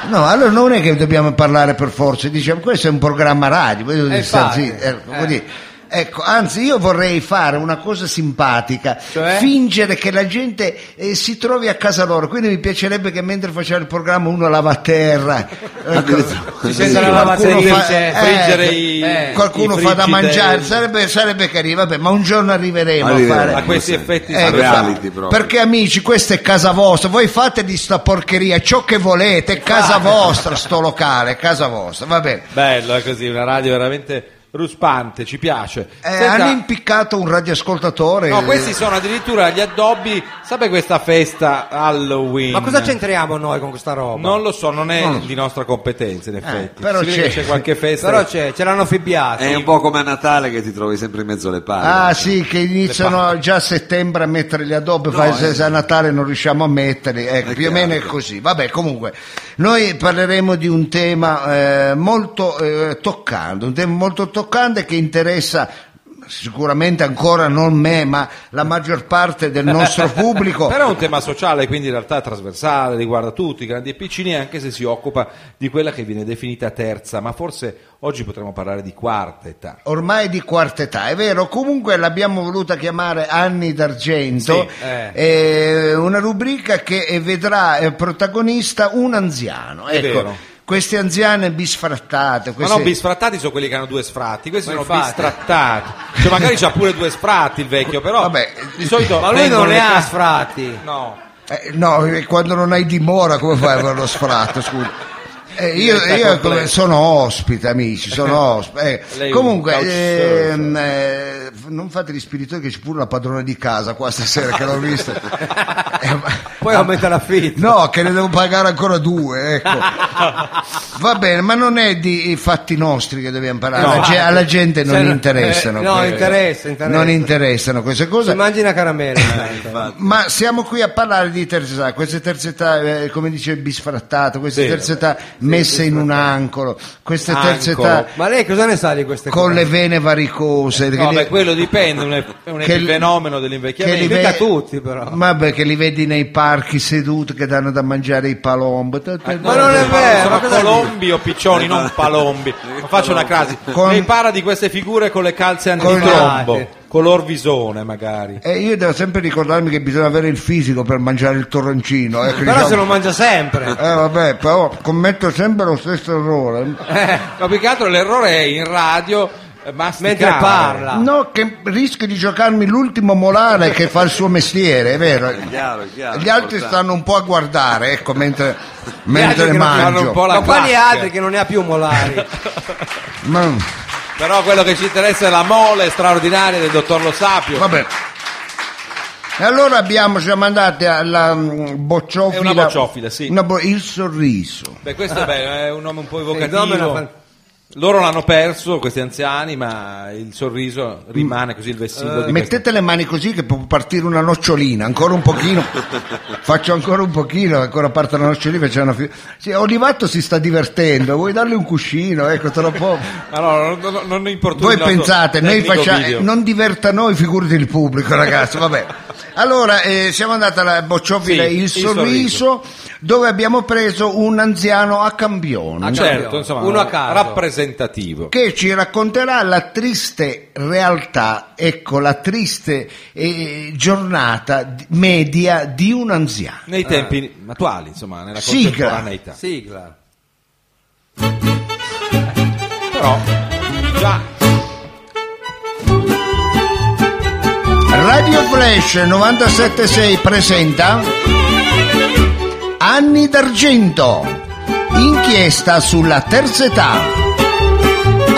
No, allora non è che dobbiamo parlare per forza, diciamo, questo è un programma radio, voi dovete Eh, star infatti, zitti, ecco, eh. quindi- ecco, anzi io vorrei fare una cosa simpatica, Cioè? fingere che la gente eh, si trovi a casa loro, quindi mi piacerebbe che mentre facciamo il programma uno lava a [laughs] terra, ecco, Ci sente la qualcuno lavatrice, fa, friggere i- eh, i qualcuno fa da friggideri. mangiare, sarebbe, sarebbe carino, vabbè, ma un giorno arriveremo a Arriveremo. fare... a questi effetti Ecco, reality fa- proprio. perché amici questa è casa vostra voi fate di sta porcheria ciò che volete è casa vostra sto locale è casa vostra va bene Bello, è così, una radio veramente ruspante, ci piace. Eh, Senta, hanno impiccato un radioascoltatore no, questi sono addirittura gli addobbi, sai questa festa Halloween? Ma cosa c'entriamo noi con questa roba? Non lo so, non è di nostra competenza in effetti. però Si vede c'è. che c'è qualche festa. Eh, Però c'è, ce l'hanno fibbiato. È un po' come a Natale che ti trovi sempre in mezzo alle palle. ah sì che iniziano già a settembre a mettere gli addobbi fa- se- se a Natale non riusciamo a metterli ecco, più o meno è così vabbè comunque noi parleremo di un tema eh, molto eh, toccante un tema molto toccante che interessa sicuramente ancora non me ma la maggior parte del nostro pubblico Però è un tema sociale, quindi in realtà è trasversale, riguarda tutti, grandi e piccini, anche se si occupa di quella che viene definita terza, ma forse oggi potremmo parlare di quarta età. ormai di quarta età, è vero, comunque l'abbiamo voluta chiamare Anni d'Argento, Sì, eh. eh, una rubrica che eh, vedrà eh, protagonista un anziano. È ecco, vero. queste anziane bisfrattate, Ma queste... no, bisfrattati sono quelli che hanno due sfratti, questi Ma sono infatti. bisfrattati. Cioè, magari c'ha pure due sfratti il vecchio, però Vabbè. di solito Ma lui vengono non le ne ha ca- sfratti. No. Eh, no, eh, quando non hai dimora come fai a avere lo sfratto, scusa. Eh, io Diventa io complesso. come- sono ospite, [laughs] amici, sono ospite. Eh, Lei è un comunque, couchsurfer. ehm, eh, f- non fate gli spiritosi che c'è pure la padrona di casa qua stasera che l'ho [laughs] vista. Eh, ma- Poi aumenta l'affitto. No, che ne devo pagare ancora due, ecco. Va bene, ma non è di i fatti nostri che dobbiamo parlare, No, alla, ge- alla gente non Cioè, interessano. eh, no, quelle- interessa, interessa. Non interessano queste Si cose. mangia [laughs] caramella. intanto. Ma siamo qui a parlare di terza età, queste terze età, eh, come dice bisfrattato, queste Sì, terze età messe in un angolo, queste terze età Angolo. Ma lei cosa ne sa di queste con cose? le vene varicose. che No, li- beh, quello dipende, è un- è un Che li- fenomeno che li dell'invecchiamento. ve- Mica tutti, però. Vabbè, che li vedi nei parchi seduti che danno da mangiare i palombo. Ma non è vero, ma sono cosa colombi o piccioni, non palombi. Ma faccio una crasi. Con- Lei parla di queste figure con le calze Colorate. antitrombo, color visone magari. E io devo sempre ricordarmi che bisogna avere il fisico per mangiare il torroncino. ecco, Però diciamo- se lo mangia [laughs] sempre. Eh, vabbè, però commetto sempre lo stesso errore. Eh, Ma più che altro l'errore è in radio eh, masticare. Mentre Ah. parla. No, che rischio di giocarmi l'ultimo molare che fa il suo mestiere, è Eh, vero? Chiaro, chiaro, Gli altri importante. stanno un po' a guardare, ecco, mentre, altri mentre che non fanno un po' mangio. la Ma quali classe. altri che non ne ha [laughs] più molari? Ma- Però quello che ci interessa è la mole straordinaria del dottor Lo Sapio. vabbè. E allora abbiamo, siamo andati alla mm, È bocciofila. una bocciofila, sì. Una bo- il sorriso. Beh, questo è bello, è un nome un po' nome era evocativo. fan- Loro l'hanno perso, questi anziani, ma il sorriso rimane così il vessillo di questa- Mettete le mani così che può partire una nocciolina, ancora un [laughs] pochino, faccio ancora un pochino, ancora parte la nocciolina. C'è una fi- Sì, Olivato si sta divertendo, vuoi dargli un cuscino? Ecco, te lo può... Allora, non, non, non importa Voi il nostro pensate, noi tecnico facciamo... video. eh, non diverta noi, figurati il pubblico ragazzi, vabbè. Allora, eh, siamo andati alla Bocciofila Sì, Il il Sorriso, dove abbiamo preso un anziano a campione. Ah, certo, insomma, Uno a caso. rappresentativo. che ci racconterà la triste realtà, ecco, la triste eh, giornata di- media di un anziano. Nei tempi attuali, insomma, nella Sigla. contemporaneità. Sigla. Però già Radio Flash 976 presenta Anni d'argento, inchiesta sulla terza età.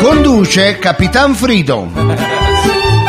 Conduce Capitan Frido.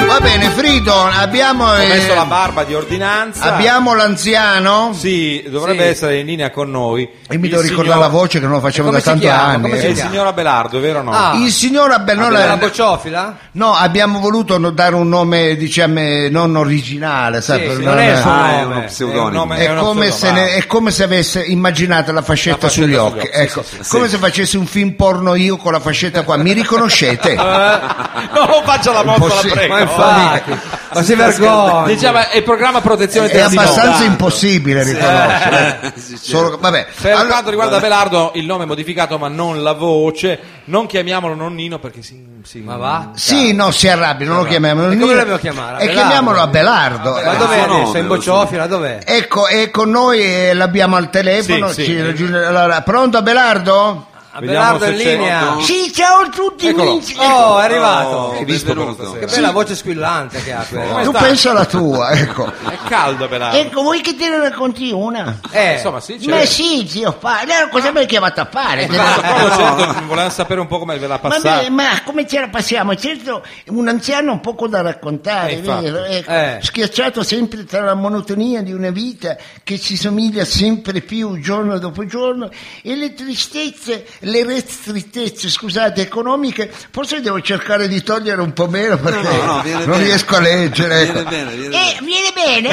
Va bene, Frido, abbiamo, ho eh, messo la barba di ordinanza. abbiamo l'anziano. Sì, dovrebbe Sì. essere in linea con noi. E mi Il devo ricordare la signor- voce che non la facevo E da come si tanti chiama? anni. eh. Come È si il signor Abelardo, vero o no? Ah. Il signor Abbenola Della bocciofila? No, abbiamo voluto no- dare un nome, diciamo, non originale, sai, Sì, per- sì, non Eh, è il suo Ah, è nome. uno pseudonimo. È un nome- è, uno come se pseudonimo. ne- è come se avesse immaginato la fascetta, La fascetta sugli sugli occhi, occhi, ecco, come se facessi un film porno io con la fascetta qua, mi riconoscete? [laughs] [laughs] non lo Eh? faccia la mossa, la Impossi- prego. Ma infatti, ma si vergogna. Diciamo, è il programma protezione è testimoni. abbastanza impossibile riconoscere. Eh, Eh, Solo- vabbè. Per Allora- quanto riguarda Abelardo, il nome è modificato, ma non la voce. Non chiamiamolo nonnino perché si. si- Ma va? sì, no, si arrabbia, non lo chiamiamo. E come Nino. dobbiamo chiamare? E Abelardo. chiamiamolo Abelardo. Ma Eh, dov'è no, adesso? In nello bocciofila dov'è? Ecco, e con noi eh, l'abbiamo al telefono. Sì, sì. ci raggiunge- allora, pronto Abelardo? Vediamo Abelardo se in c'è- linea. Sì, ciao a tutti Eccolo. Oh, è arrivato. Oh, Che benvenuto. bella voce squillante che ha quella. Tu sta? pensa alla tua, ecco. È caldo Ah. Abelardo. ecco, vuoi che te ne racconti una? Eh, Insomma, sì, c'è. Ma sì, zio, fa... allora cosa mi hai chiamato a fare? Te la- Ma proprio certo, volevamo sapere un po' come ve la Ma, beh, passate. ma come ce la passiamo? Certo, un anziano ha un poco da raccontare, Eh, infatti. vero? Ecco, Eh. schiacciato sempre tra la monotonia di una vita che si somiglia sempre più giorno dopo giorno e le tristezze, le restritezze, scusate, economiche, forse devo cercare di togliere un po' meno perché No, no, no, viene non bene. riesco a leggere. ecco. Viene bene, viene Eh, bene.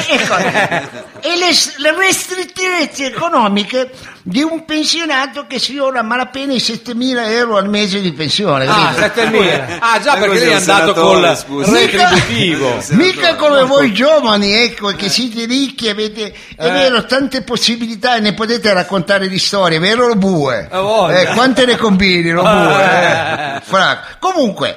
viene bene, ecco. [laughs] e le, le restrittività economiche di un pensionato che sfiora a malapena i 7.000 euro al mese di pensione. Ah, capito? 7000. Ah, già, Ma perché lei cos'è è Eh, un andato senatore, col scusi? retributivo. Mica come voi giovani, ecco, Eh. che siete ricchi, avete, è vero, tante possibilità e ne potete raccontare di storie, vero lo bue? Ha voglia. Eh, quante ne combini lo bue? eh? Eh. Franco. Comunque,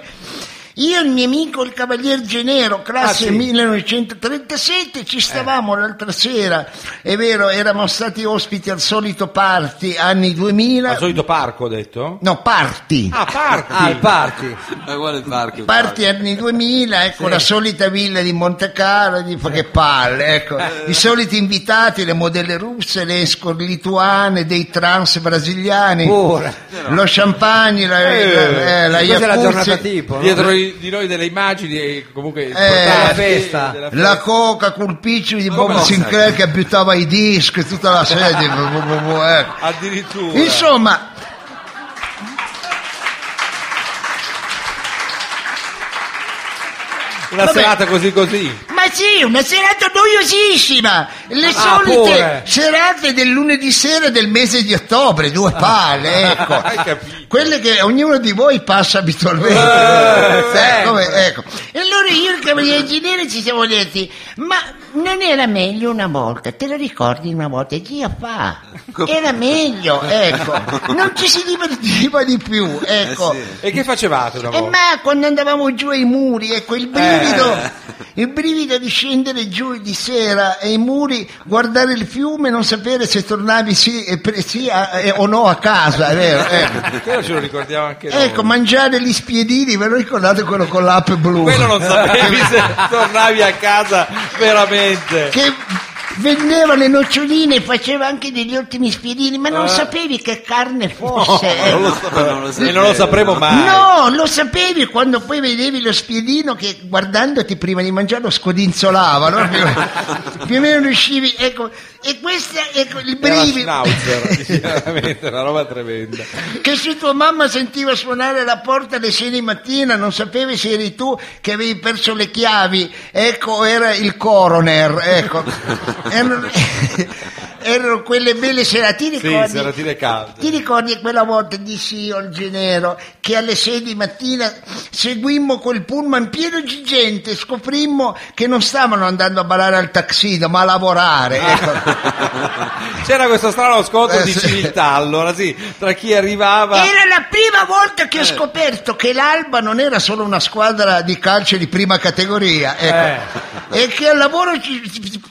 io e il mio amico il Cavalier Genero, classe Ah, sì. Eh. 1937, ci stavamo l'altra sera, è vero, eravamo stati ospiti al solito party anni 2000. Al solito parco, ho detto? No, party. Ah, parco. Ah, il party. Ma quale parco? Parti anni 2000, ecco la solita villa di Monte Carlo, di- fa che palle, ecco. I soliti invitati, le modelle russe, le escort lituane, dei trans brasiliani, Pure. lo champagne, la, Eh, la, eh, la Questa è Oh. la Yakuza, giornata tipo. no? Dietro i- di noi delle immagini e comunque il la Eh, festa. della festa. la coca col piccio di Bob no? Sinclair che buttava i dischi tutta la sedia, bu- bu- bu- ecco. Addirittura. Insomma, Una vabbè. serata così così. Ma sì, una serata noiosissima! Le Ah, solite pure. serate del lunedì sera del mese di ottobre, due palle, ecco. Hai capito. Quelle che ognuno di voi passa abitualmente. sempre. Eh, come- ecco. E allora io e il cavaliere Ginere ci siamo detti, ma non era meglio una volta, te lo ricordi una volta? Zia fa, era meglio, ecco, non ci si divertiva di più, ecco. Eh, sì. E che facevate una E volta? ma quando andavamo giù ai muri, ecco il brivido, il brivido fatica di scendere giù di sera e i muri, guardare il fiume, non sapere se tornavi sì, e pre- sì a- e- o no a casa, è vero? ecco. Quello ce lo ricordiamo anche noi. Ecco, mangiare gli spiedini, ve lo ricordate quello con l'app blu? Quello non sapevi se tornavi a casa veramente. che Vendeva le noccioline e faceva anche degli ottimi spiedini, ma non sapevi che carne fosse. ecco. E non lo sapremo mai. No, lo sapevi quando poi vedevi lo spiedino che guardandoti prima di mangiarlo [laughs] scodinzolava, no? più, più o meno riuscivi, ecco, e questo ecco, il Era brivido schnauzer, [laughs] veramente una roba tremenda. che se tua mamma sentiva suonare la porta alle 6 di mattina non sapevi se eri tu che avevi perso le chiavi, ecco, era il coroner, [laughs] ecco. erano, erano quelle belle seratine Sì, seratine calde. ti ricordi quella volta dissi io al Genero che alle 6 di mattina seguimmo quel pullman pieno di gente, scoprimmo che non stavano andando a ballare al taxino ma a [laughs] lavorare. ecco. C'era questo strano scontro Eh, di sì. civiltà, allora sì, tra chi arrivava. Era la prima volta che ho scoperto che l'Alba non era solo una squadra di calcio di prima categoria ecco. e che al lavoro ci- ci- ci-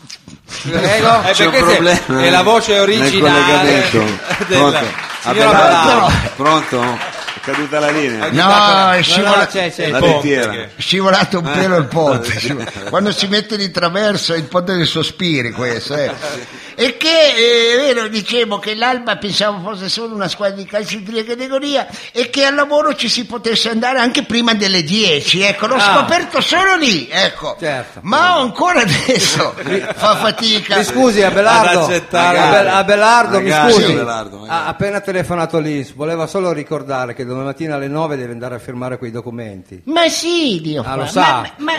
Prego. Eh, C'è un perché se- problema. è la voce originale Nel collegamento. [laughs] della- Pronto? Signora Eh, Abbiamo- Palau. Pronto? È caduta la linea. No, è scivola- c'è, c'è il La ponte. lettiera. scivolato un pelo il Eh. ponte scivo- quando si mette di traverso è il ponte dei sospiri questo eh. e che eh, è vero dicevo che l'Alba pensavo fosse solo una squadra di calcio di prima categoria e che al lavoro ci si potesse andare anche prima delle 10 ecco l'ho Ah. scoperto solo lì ecco Certo. ma ancora adesso fa fatica Mi scusi, Abelardo, Ad accettare. Abel- Abelardo, Magari, mi scusi, Abelardo, magari. ha appena telefonato lì, voleva solo ricordare che domani mattina alle 9 deve andare a firmare quei documenti. Ma sì, Dio Ah, fa. lo ma, sa. Ma,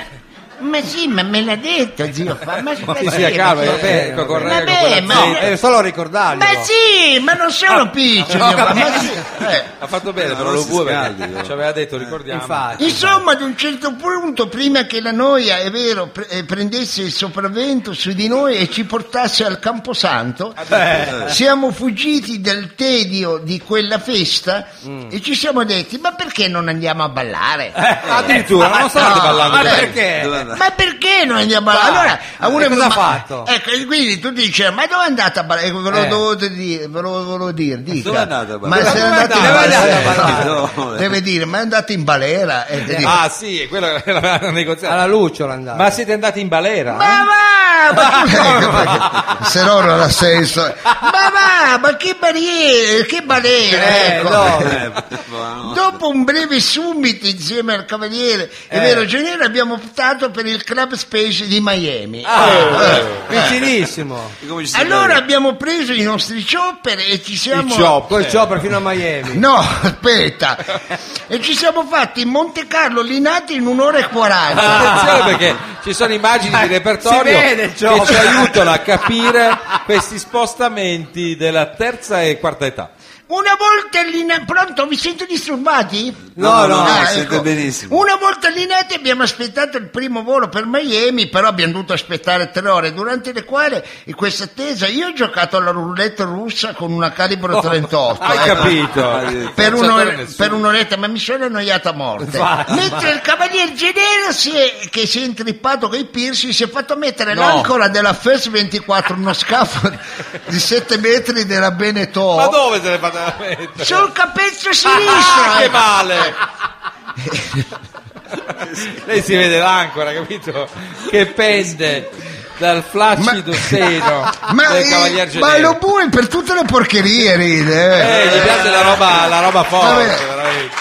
ma sì, ma me l'ha detto, zio fa. Ma Sì, aspetta, sia calmo, ma- eh, ecco, vabbè. correggo Vabbè, quella ma- zia. È solo ricordarlo. Ma sì, ma non sono piccio, Ah, no, zio fa, vabbè. ma sì, eh. Ha fatto bene, No, però non lo si vuoi scaldi, perché no. ci aveva detto, ricordiamo. Infatti. Insomma, ad un certo punto, prima che la noia, è vero, pre- eh, prendesse il sopravvento su di noi e ci portasse al Camposanto, Ah, eh, eh. siamo fuggiti dal tedio di quella festa Mm. e ci siamo detti, ma perché non andiamo a ballare? Eh, Addirittura, non stavate no, ballando. Ah, ma bene. perché? Dove andava? Ma perché non andiamo a ballare? Ah, Allora, a e cosa ma- ha fatto? Ecco, e quindi tu dici, ma dove andate a ballare? Ecco, ve lo Eh. dovete dire, ve lo volevo dire, dica. Dove andate a Ma ballare? se Dove andate in andate? Dove Valera, andate a ballare? Dove? deve dire, ma andate in balera? E ti dico, Ah, sì, quello era la negoziata. Alla lucciola andava. Ma siete andati in balera? Ma va, ma che- se no non ha senso. Ma va, ma che barriere, che barriere, Eh, ecco. no. Eh, buonanotte. Dopo un breve summit insieme al cavaliere e Vero Genere abbiamo optato per il Club Space di Miami. Eh, eh. Vicinissimo. E come ci si Allora balla? abbiamo preso i nostri chopper e ci siamo... Eh. Col chopper fino a Miami. No, [laughs] aspetta. e ci siamo fatti in Monte Carlo Linati in un'ora e quaranta. Attenzione perché ci sono immagini di repertorio si vede il che ci gioco. aiutano a capire questi spostamenti della terza e quarta età. Una volta Linati... Pronto, mi sento disturbati? No, no, Ah, no, sente ecco. benissimo. Una volta lì nati abbiamo aspettato il primo volo per Miami, però abbiamo dovuto aspettare tre ore, durante le quali, in questa attesa, io ho giocato alla roulette russa con una [laughs] calibro 38. Hai ecco. Ah, capito? Per, Non un'ore- sapeva nessuno. per un'oretta, ma mi sono annoiata a morte. Va- Mentre il cavaliere Genero, si è- che si è intrippato con i piercing, si è fatto mettere l'ancora della FES 24, uno scafo di 7 metri della Benetton, Ma dove se le fate mettere? sul capezzo sinistro. Ah, che ecco. male! [laughs] Lei si vede l'ancora, capito? Che pende dal flaccido seno Ma, del eh, cavalier ma Genero. lo bue per tutte le porcherie ride. Eh, gli piace la roba, la roba forte, Vabbè. veramente.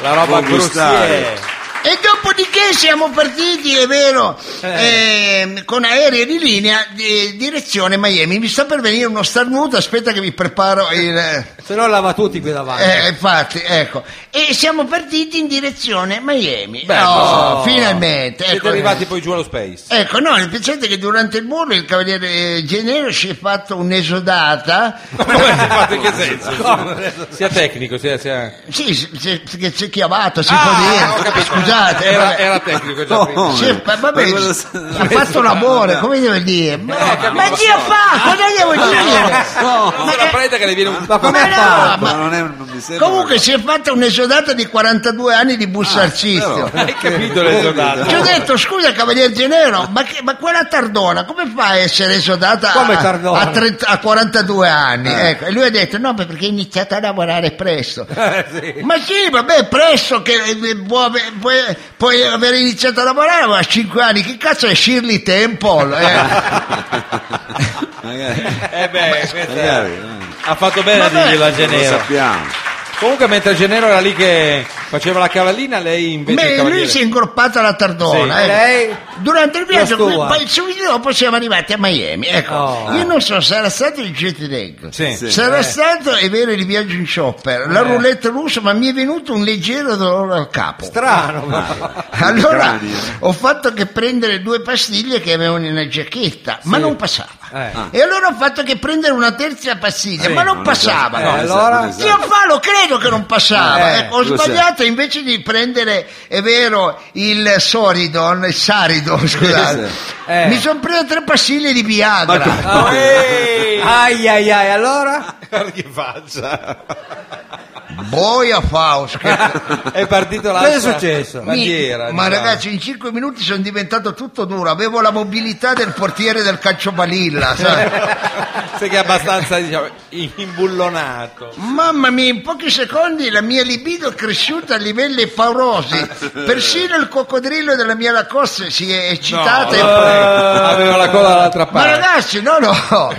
La roba Può gustare. grossiera. E dopodiché siamo partiti, è vero, Eh. ehm, con aerei di linea di- direzione Miami. Mi sta per venire uno starnuto, aspetta che vi preparo il... Se no lava tutti qui davanti. Eh, infatti, ecco. E siamo partiti in direzione Miami. Beh, oh, no. finalmente. Siete ecco. arrivati poi giù allo space. Ecco, no, il piacere è che durante il volo il cavaliere eh, Genero si è fatto [laughs] un'esodata. [laughs] Come si fa? Eh, In che senso? Sia tecnico, sia... sia... Sì, si, si, si- si è chiamato, si Ah, può ho dire. capito. Scusate, Eh, era, era tecnico già prima. Sì, ma vabbè, ha fatto l'amore, come devo dire? Ma, ma lo chi ha so. fatto? Cosa devo dire? No, la prete che le viene un Ma come Ma no, fa? ma- non, è, non mi sembra. Comunque si è fatta un'esodata di 42 anni di bussarcistio. [laughs] Hai capito l'esodato? Ci ho detto, scusa Cavalier Genero, ma, che- ma quella tardona come fa a essere esodata Come a, Tardona? a 30 a 42 anni? Ecco, e lui ha detto, no, beh, perché è iniziata a lavorare presto. Ma sì, vabbè, presto che eh, può ave- puoi, puoi aver iniziato a lavorare ma a 5 anni, che cazzo è Shirley Temple? Eh, [laughs] Magari, Eh beh, questa- magari, eh, ha fatto bene a Vabbè. dirglielo a lo Genero. sappiamo. Comunque, mentre Genero era lì che faceva la cavallina, lei invece. il beh, lui cavaliere. si è ingruppata alla tardona. Sì. eh. ecco. Lei- Durante il viaggio, La sua. poi subito dopo siamo arrivati a Miami. Ecco, Oh. io non so, sarà stato il jet lag. Sì. Sì. Sarà Eh. stato, è vero, il viaggio in shopper, la roulette russa, ma mi è venuto un leggero dolore al capo. Strano, ma- allora Crani. ho fatto che prendere due pastiglie che avevano nella giacchetta, ma non passava. Eh. E allora ho fatto che prendere una terza pastiglia, Sì, ma non, Non è passava. esatto, Eh, non è allora- esatto, non è Io esatto. fa, lo credo che non passava. Eh, Ecco, ho lo sbagliato invece di prendere, è vero, il Soridon, il Saridon, scusate. Eh. Mi sono preso tre pastiglie di Viagra. Ah, ehi! eh. Ai ai ai, allora? Guarda che faccia. Boia Faust. È partito la Cosa è successo? Bandiera, diciamo. Ma ragazzi, in 5 minuti sono diventato tutto duro. Avevo la mobilità del portiere del calcio balilla. sai? Sai che è abbastanza diciamo, imbullonato. Mamma mia, in pochi secondi la mia libido è cresciuta a livelli paurosi. Persino il coccodrillo della mia Lacoste si è eccitato. e- aveva la coda dall'altra Ma parte. ragazzi, no, no.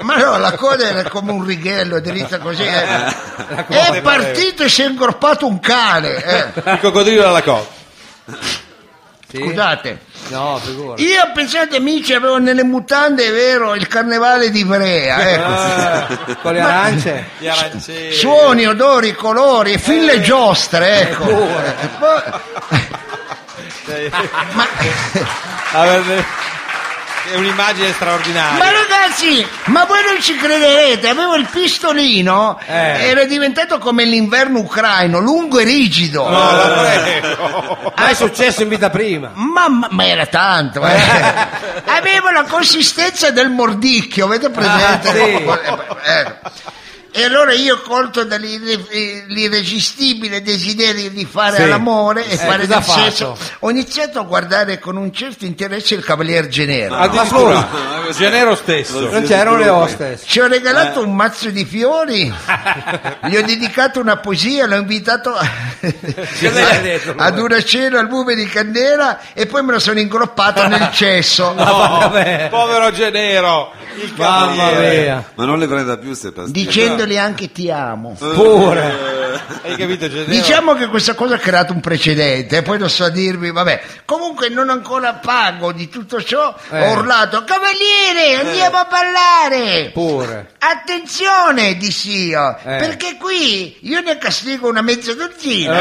Ma no, la coda era come un righello dritta così. eh. È partito e si è ingorpato un cane. eh. Il coccodrillo dalla coda. Scusate. No, figura. Io pensate amici avevo nelle mutande, è vero, il carnevale di Ivrea, ecco. Con le arance? Gli arancini. Suoni, odori, colori, e fin le giostre, ecco. Ma, Averne- Ah, È un'immagine straordinaria. ma ragazzi, ma voi non ci crederete, avevo il pistolino, Eh. era diventato come l'inverno ucraino, lungo e rigido. No, Oh. la prego. Ah, è successo in vita prima. Mamma, ma era tanto, [laughs] eh. avevo la consistenza del mordicchio, avete presente? Ah, Eh, E allora io colto dall'irresistibile desiderio di fare Sì. l'amore e Eh, fare del cosa ha fatto? sesso, ho iniziato a guardare con un certo interesse il Cavalier Genero. Addirittura. Ma [laughs] scusa. Genero stesso. Non c'erano le hostess. Ci ho regalato Eh. un mazzo di [laughs] fiori, gli ho dedicato una poesia, l'ho invitato a- l'hai detto, lui? [laughs] ad una cena al bume di candela e poi me lo sono ingroppato [laughs] nel cesso. Oh, Vabbè. povero Genero. Il Mamma cavaliere. mia. Ma non le prenda più se pastiglie. dicendogli anche ti amo. Pure. Hai capito Genero? Diciamo che questa cosa ha creato un precedente, eh, poi non so dirvi, vabbè. Comunque non ancora pago di tutto ciò, Eh. ho urlato, cavaliere, andiamo a ballare! Pure. Attenzione, dissi io, Eh. perché qui io ne castigo una mezza dozzina.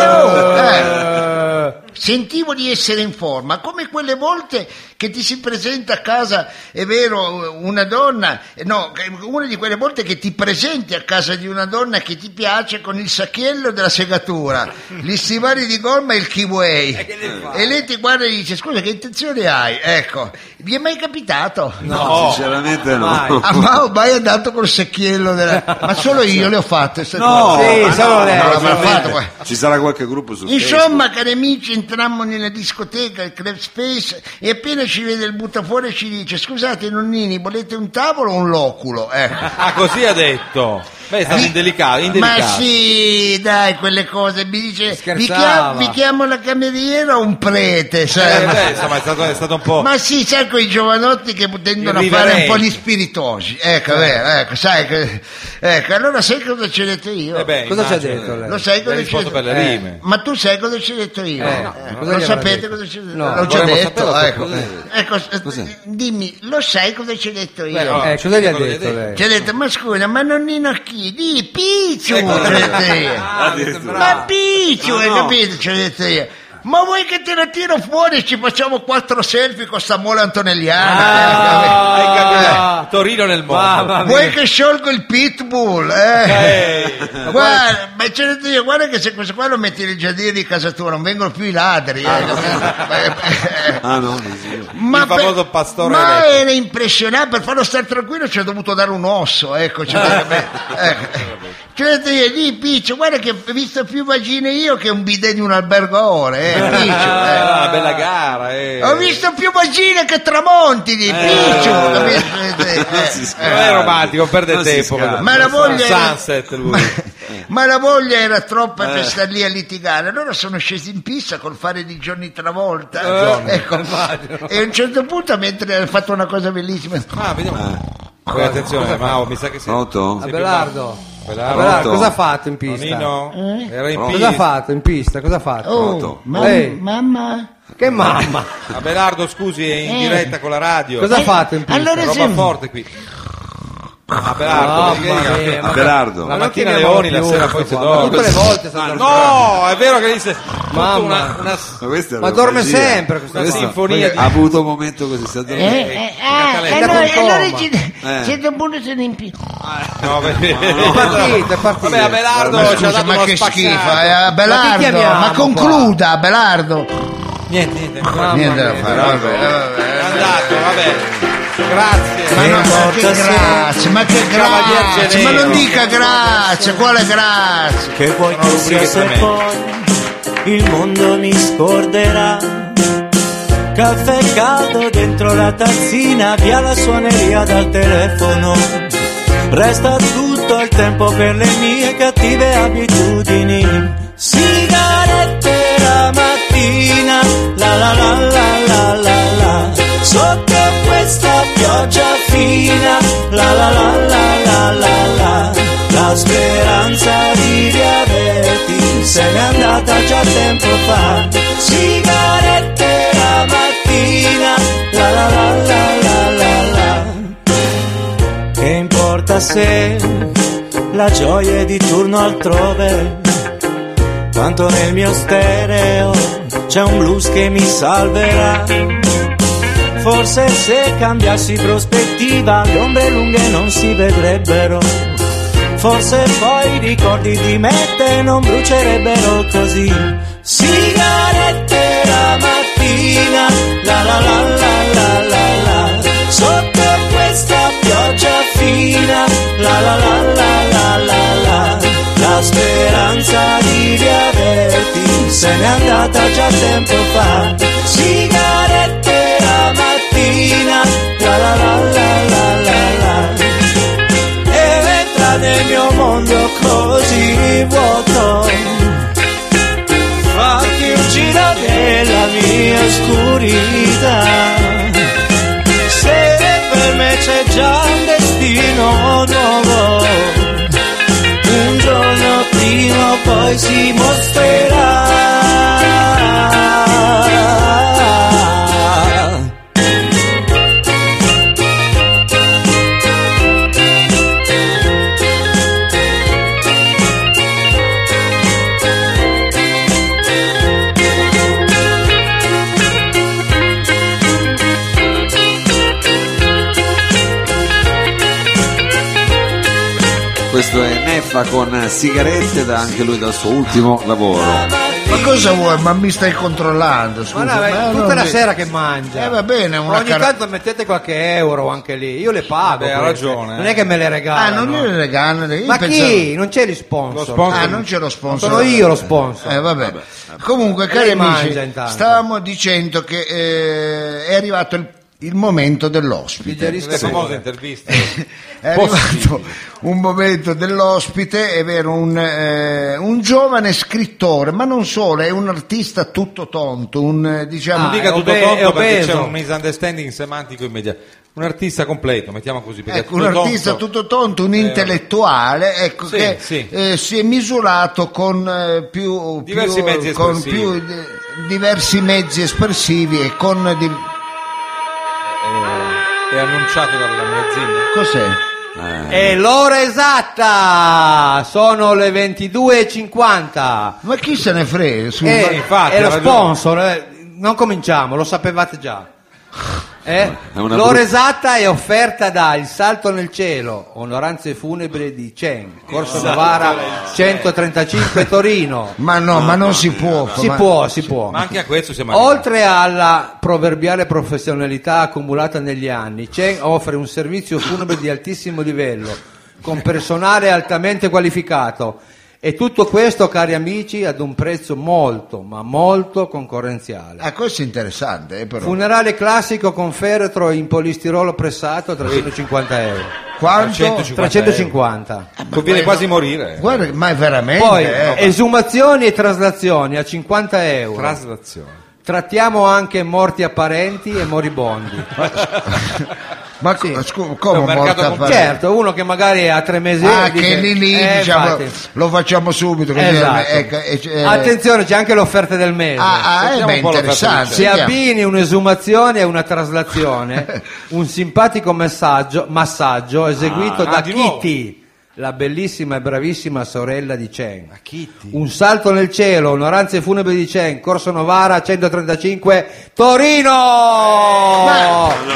Eh, eh. Eh. Sentivo di essere in forma, come quelle volte che ti si presenta a casa, è vero, una donna, eh, no, una di quelle volte che ti presenti a casa di una donna che ti piace con il sacchiello della segatura, gli stivali di gomma e il kiwi. E lei ti guarda e dice, scusa che intenzione hai? Ecco, vi è mai capitato? No, sinceramente no. [laughs] Mai. Ah, ma ormai è andato col secchiello della... ma solo io le ho fatte queste No, cose. Ah, Sì, ma solo no, lei. non ma l'avrà veramente. fatto, poi. Ci sarà qualche gruppo su Insomma, cari amici, entrammo nella discoteca, il club space, e appena ci vede il buttafuori ci dice: Scusate, nonnini, volete un tavolo o un loculo? Ecco. Ah, così ha detto. Beh, è stato indelicato. indelicato. Ma sì, dai, quelle cose. Mi dice: vi, Scherzava. chiam- vi chiamo la cameriera o un prete? Cioè, sai? Eh, beh, insomma, è stato, è stato un po'. Ma sì, sai quei giovanotti che tendono a fare un Irriverenti. po' gli spiritosi. Ecco, Eh. è vero, ecco, sai che- ecco, allora sai cosa ci ho detto io? Eh beh, Cosa ci ha immagino. detto lei? Lo sai Ha cosa c'è? risposto per le Eh. rime. Ma tu sai cosa ci ho detto io? Eh, no, Eh, cosa gli lo avrà sapete detto? cosa ci ho detto? No, L'ho già vorremmo detto. saperlo, ecco, cos'è? Ecco, eh, dimmi, lo sai cosa ci ho detto io? Beh, allora, Eh, cosa gli ha cosa gli ha detto detto? lei? Ci ho detto, ma scusa, ma nonnino chi? Di Piccio! Ecco. ho detto io. Ah, [laughs] Addirittura. ma Piccio, No, hai no. capito? Ci ho detto io. Ma vuoi che te la tiro fuori? Ci facciamo quattro selfie con Samuele Antonelliano. Ah, Eh, vabbè. ah, Torino nel mondo. Vuoi che sciolgo il pitbull? Eh? Guarda, ma ce ne dico, guarda che se questo qua lo metti nel giardino di casa tua non vengono più i ladri. eh, capito? Ah no, sì. Ma il per- famoso pastore ma eletto. era impressionante, per farlo stare tranquillo ci ha dovuto dare un osso, ecco. Cioè, Eh. veramente, ecco. Cioè, te- lì, Piccio, guarda che ho visto più vagine io che un bidet di un albergo a ore, eh, Piccio. eh. Ah, bella gara, eh. Ho visto più vagine che tramonti di Piccio, capito? Eh, eh. Non è romantico, perde tempo. Ma la voglia era- Sunset lui. Ma la voglia era troppa Eh. per star lì a litigare. Allora sono scesi in pista col fare di Johnny Travolta. Johnny, Ecco. E a un certo punto, mentre ha fatto una cosa bellissima, Ah, vediamo. Poi attenzione, Mao, mi sa che sì. Pronto? Sei più Abelardo. Abelardo. Abelardo, Pronto? cosa ha fatto in pista? Nino? Era in Pronto? Cosa ha pista. fatto in pista? Cosa ha fatto? Oh, Pronto. Ma- Ehi. mamma, Che mamma! Abelardo, scusi, è in Eh. diretta con la radio. Eh, Cosa ha fatto in pista? Allora Roba sì. forte qui. Abelardo, Mamma perché- mia, ma- Abelardo. La Ma non mattina chiamiamolo Leoni, la più, sera poi si qua. dorme. Ma tutte le volte sono Ah, andato. No, è vero che disse Mamma. Eh, tutta una, una Ma, questa è Ma una dorme magia. sempre questa Questa- sinfonia di- Ha avuto un momento così, si è eh, addormentato. eh, ah, Cataletta. allora, Da Concoma. allora ci, Eh. siete pure se ne impicca. No, vabbè. È partito, è partito. Vabbè, Abelardo Ma ci ha scusa, dato ma uno che schifo, eh, spaccato. Ma chi Abelardo, ma, chiamiamo concluda, Abelardo. Niente, niente. ancora. Niente da fare, vabbè, Eh, È vabbè. andato, vabbè. Grazie. Ma, no, ma importa che se- grazie, ma che Cavalier grazie, ma Genero. non dica grazie, quale grazie? Che vuoi che sia se poi il mondo mi scorderà Caffè caldo dentro la tazzina, via la suoneria dal telefono Resta tutto il tempo per le mie cattive abitudini Sigarette la mattina, la la la la la la la Sotto questa pioggia fina, la la la la la la la La speranza di riaverti se n'è andata già tempo fa Sigarette la mattina, la la la la la la la Che importa se la gioia è di turno altrove Tanto nel mio stereo c'è un blues che mi salverà Forse se cambiassi prospettiva le ombre lunghe non si vedrebbero. Forse poi i ricordi di me te non brucierebbero così. Sigarette la mattina, la la la la la la la. Sotto questa pioggia fina, la la la la la la la. La speranza di riaverti se n'è andata già tempo fa. Sigarette la mattina, la la la la la la la. E entra nel mio mondo così vuoto. Fatti un giro della mia oscurità. Se per me c'è già un destino nuovo un giorno prima o poi si mostrerà. Questo è Neffa con sigarette, da anche lui dal suo ultimo lavoro. Ma cosa vuoi? Ma mi stai controllando, Ma scusa. no, è ma tutta non la mi- sera che mangia. Eh, va bene, una Ogni car- tanto mettete qualche euro anche lì. Io le pago. Vabbè, ha queste. ragione, eh. Non è che me le Ah, regalano. non gliele regalano. io Ma pensavo- chi? Non c'è gli sponsor. Lo sponsor. Ah, non c'è lo sponsor. Sono io lo sponsor. Eh, vabbè. Comunque, cari Lei mangia amici, intanto. stavamo dicendo che eh, è arrivato il, il momento dell'ospite. Le famose interviste. È arrivato un momento dell'ospite, è vero, un, eh, un giovane scrittore, ma non solo, è un artista tutto tonto, un eh, diciamo... Non dica è tutto obe- è tonto perché c'è obeso. un misunderstanding semantico immediato. Un artista completo, mettiamo così. perché Ecco, un tutto artista tonto- tutto tonto, un intellettuale, ecco, Sì, che sì. eh, si è misurato con eh, più, Diversi più- mezzi con espressivi. più, eh, diversi mezzi espressivi e con... di- Eh, è annunciato dalla magazzina. cos'è? È l'ora esatta! Sono le 22.50. Ma chi se ne frega? scusa? Eh, è lo sponsor, eh. non cominciamo, lo sapevate già. Eh? È una L'ora brutta- esatta è offerta da Il Salto nel Cielo, onoranze funebri di Cen, Corso Salto Novara nel 135 Torino. Ma no, ma non si può. Si ma- può, si può. Ma anche a questo siamo arrivati. Oltre alla proverbiale professionalità accumulata negli anni, Chen offre un servizio funebre di altissimo livello, con personale altamente qualificato. E tutto questo, cari amici, ad un prezzo molto, ma molto concorrenziale. Ah, questo è interessante, eh, però. Funerale classico con feretro in polistirolo pressato a 350 euro. Quanto? 350. Conviene quasi morire. Guarda, ma è veramente. Poi eh, ma- esumazioni e traslazioni a 50 euro. Traslazione. [laughs] Trattiamo anche morti apparenti e moribondi. Ma co- scu- come È un mercato morta completo. Certo, uno che magari ha tre mesi Ah, dice- che lì lì Eh, diciamo, infatti. lo facciamo subito. Così, Esatto. ecco, e c- eh, Attenzione, c'è anche l'offerta del mese. Ah, ah, eh, Sentiamo beh, un po' l'offerta del interessante, mese. Si sentiamo. abbini un'esumazione e [laughs] una traslazione, un simpatico messaggio, massaggio eseguito Ah, da ah, di nuovo. Kitty, la bellissima e bravissima sorella di Chen. Un salto nel cielo, onoranze funebri di Chen, Corso Novara 135, Torino! Eh,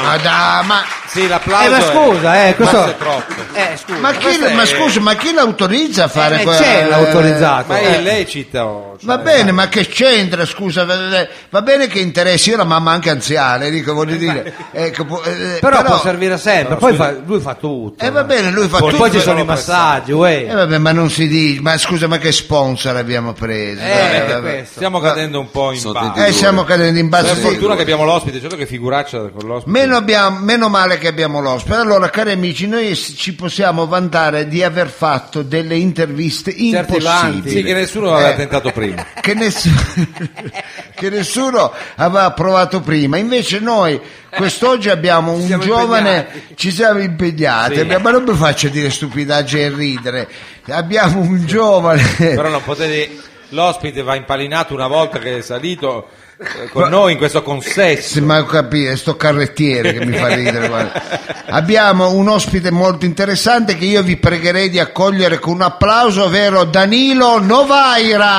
ma, da- ma- Sì, l'applauso. Eh, ma scusa, è- eh, questo- questo è troppo. Eh, scusa, ma chi, questo è- ma scusa, ma chi l'autorizza a fare Eh, que- c'è eh, l'autorizzato. Ma è Eh. illecito. Va bene, ma che c'entra? Scusa, va- va- va bene che interessi. Io la mamma anche anziana, dico, voglio dire. ecco, pu- eh, Eh, però, può servire sempre, poi fa- lui fa tutto. Eh, va bene, lui fa Poi tutto. ci sono i massaggi, uè. Eh, vabbè, ma non si dice, ma scusa, ma che sponsor abbiamo preso? Dai, Veramente vabbè. Eh, questo. Stiamo cadendo un po' in basso. Eh, siamo cadendo in Per basso. Eh, sì. fortuna che abbiamo l'ospite, certo che figuraccia con l'ospite. Meno, abbiamo- meno male che abbiamo l'ospite. Allora, cari amici, noi s- ci possiamo vantare di aver fatto delle interviste Certi vanti. impossibili. Sì, che nessuno aveva Eh, tentato prima. che, ness- [laughs] che nessuno aveva provato prima. Invece noi quest'oggi abbiamo un giovane, ci siamo impegnati, Sì. abbiamo- ma non mi faccia dire stupidaggini e ridere. Abbiamo un giovane... [laughs] Però non potete. L'ospite va impalinato una volta che è salito eh, con noi in questo consesso. Sì, ma capire, sto carrettiere che mi fa ridere. guarda. Abbiamo un ospite molto interessante che io vi pregherei di accogliere con un applauso, ovvero Danilo Novaira.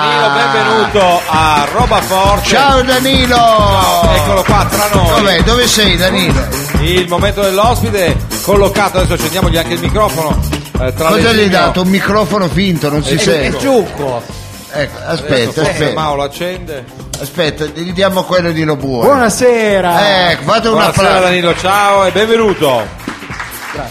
Danilo, benvenuto a Roba Forte. Ah. Ciao Danilo! Eccolo qua tra noi. Dov'è? Dove sei Danilo? Il momento dell'ospite collocato, adesso accendiamogli anche il microfono. eh, tra le Cosa gli hai scimmie. dato? Un microfono finto, non si Eh, sente. ecco. Ciucco. Ecco, Adesso forse aspetta, Mao aspetta. lo accende. Aspetta, gli diamo quello di Lobuo. Buonasera. Ecco, fate un Buonasera applauso. Danilo, ciao e benvenuto.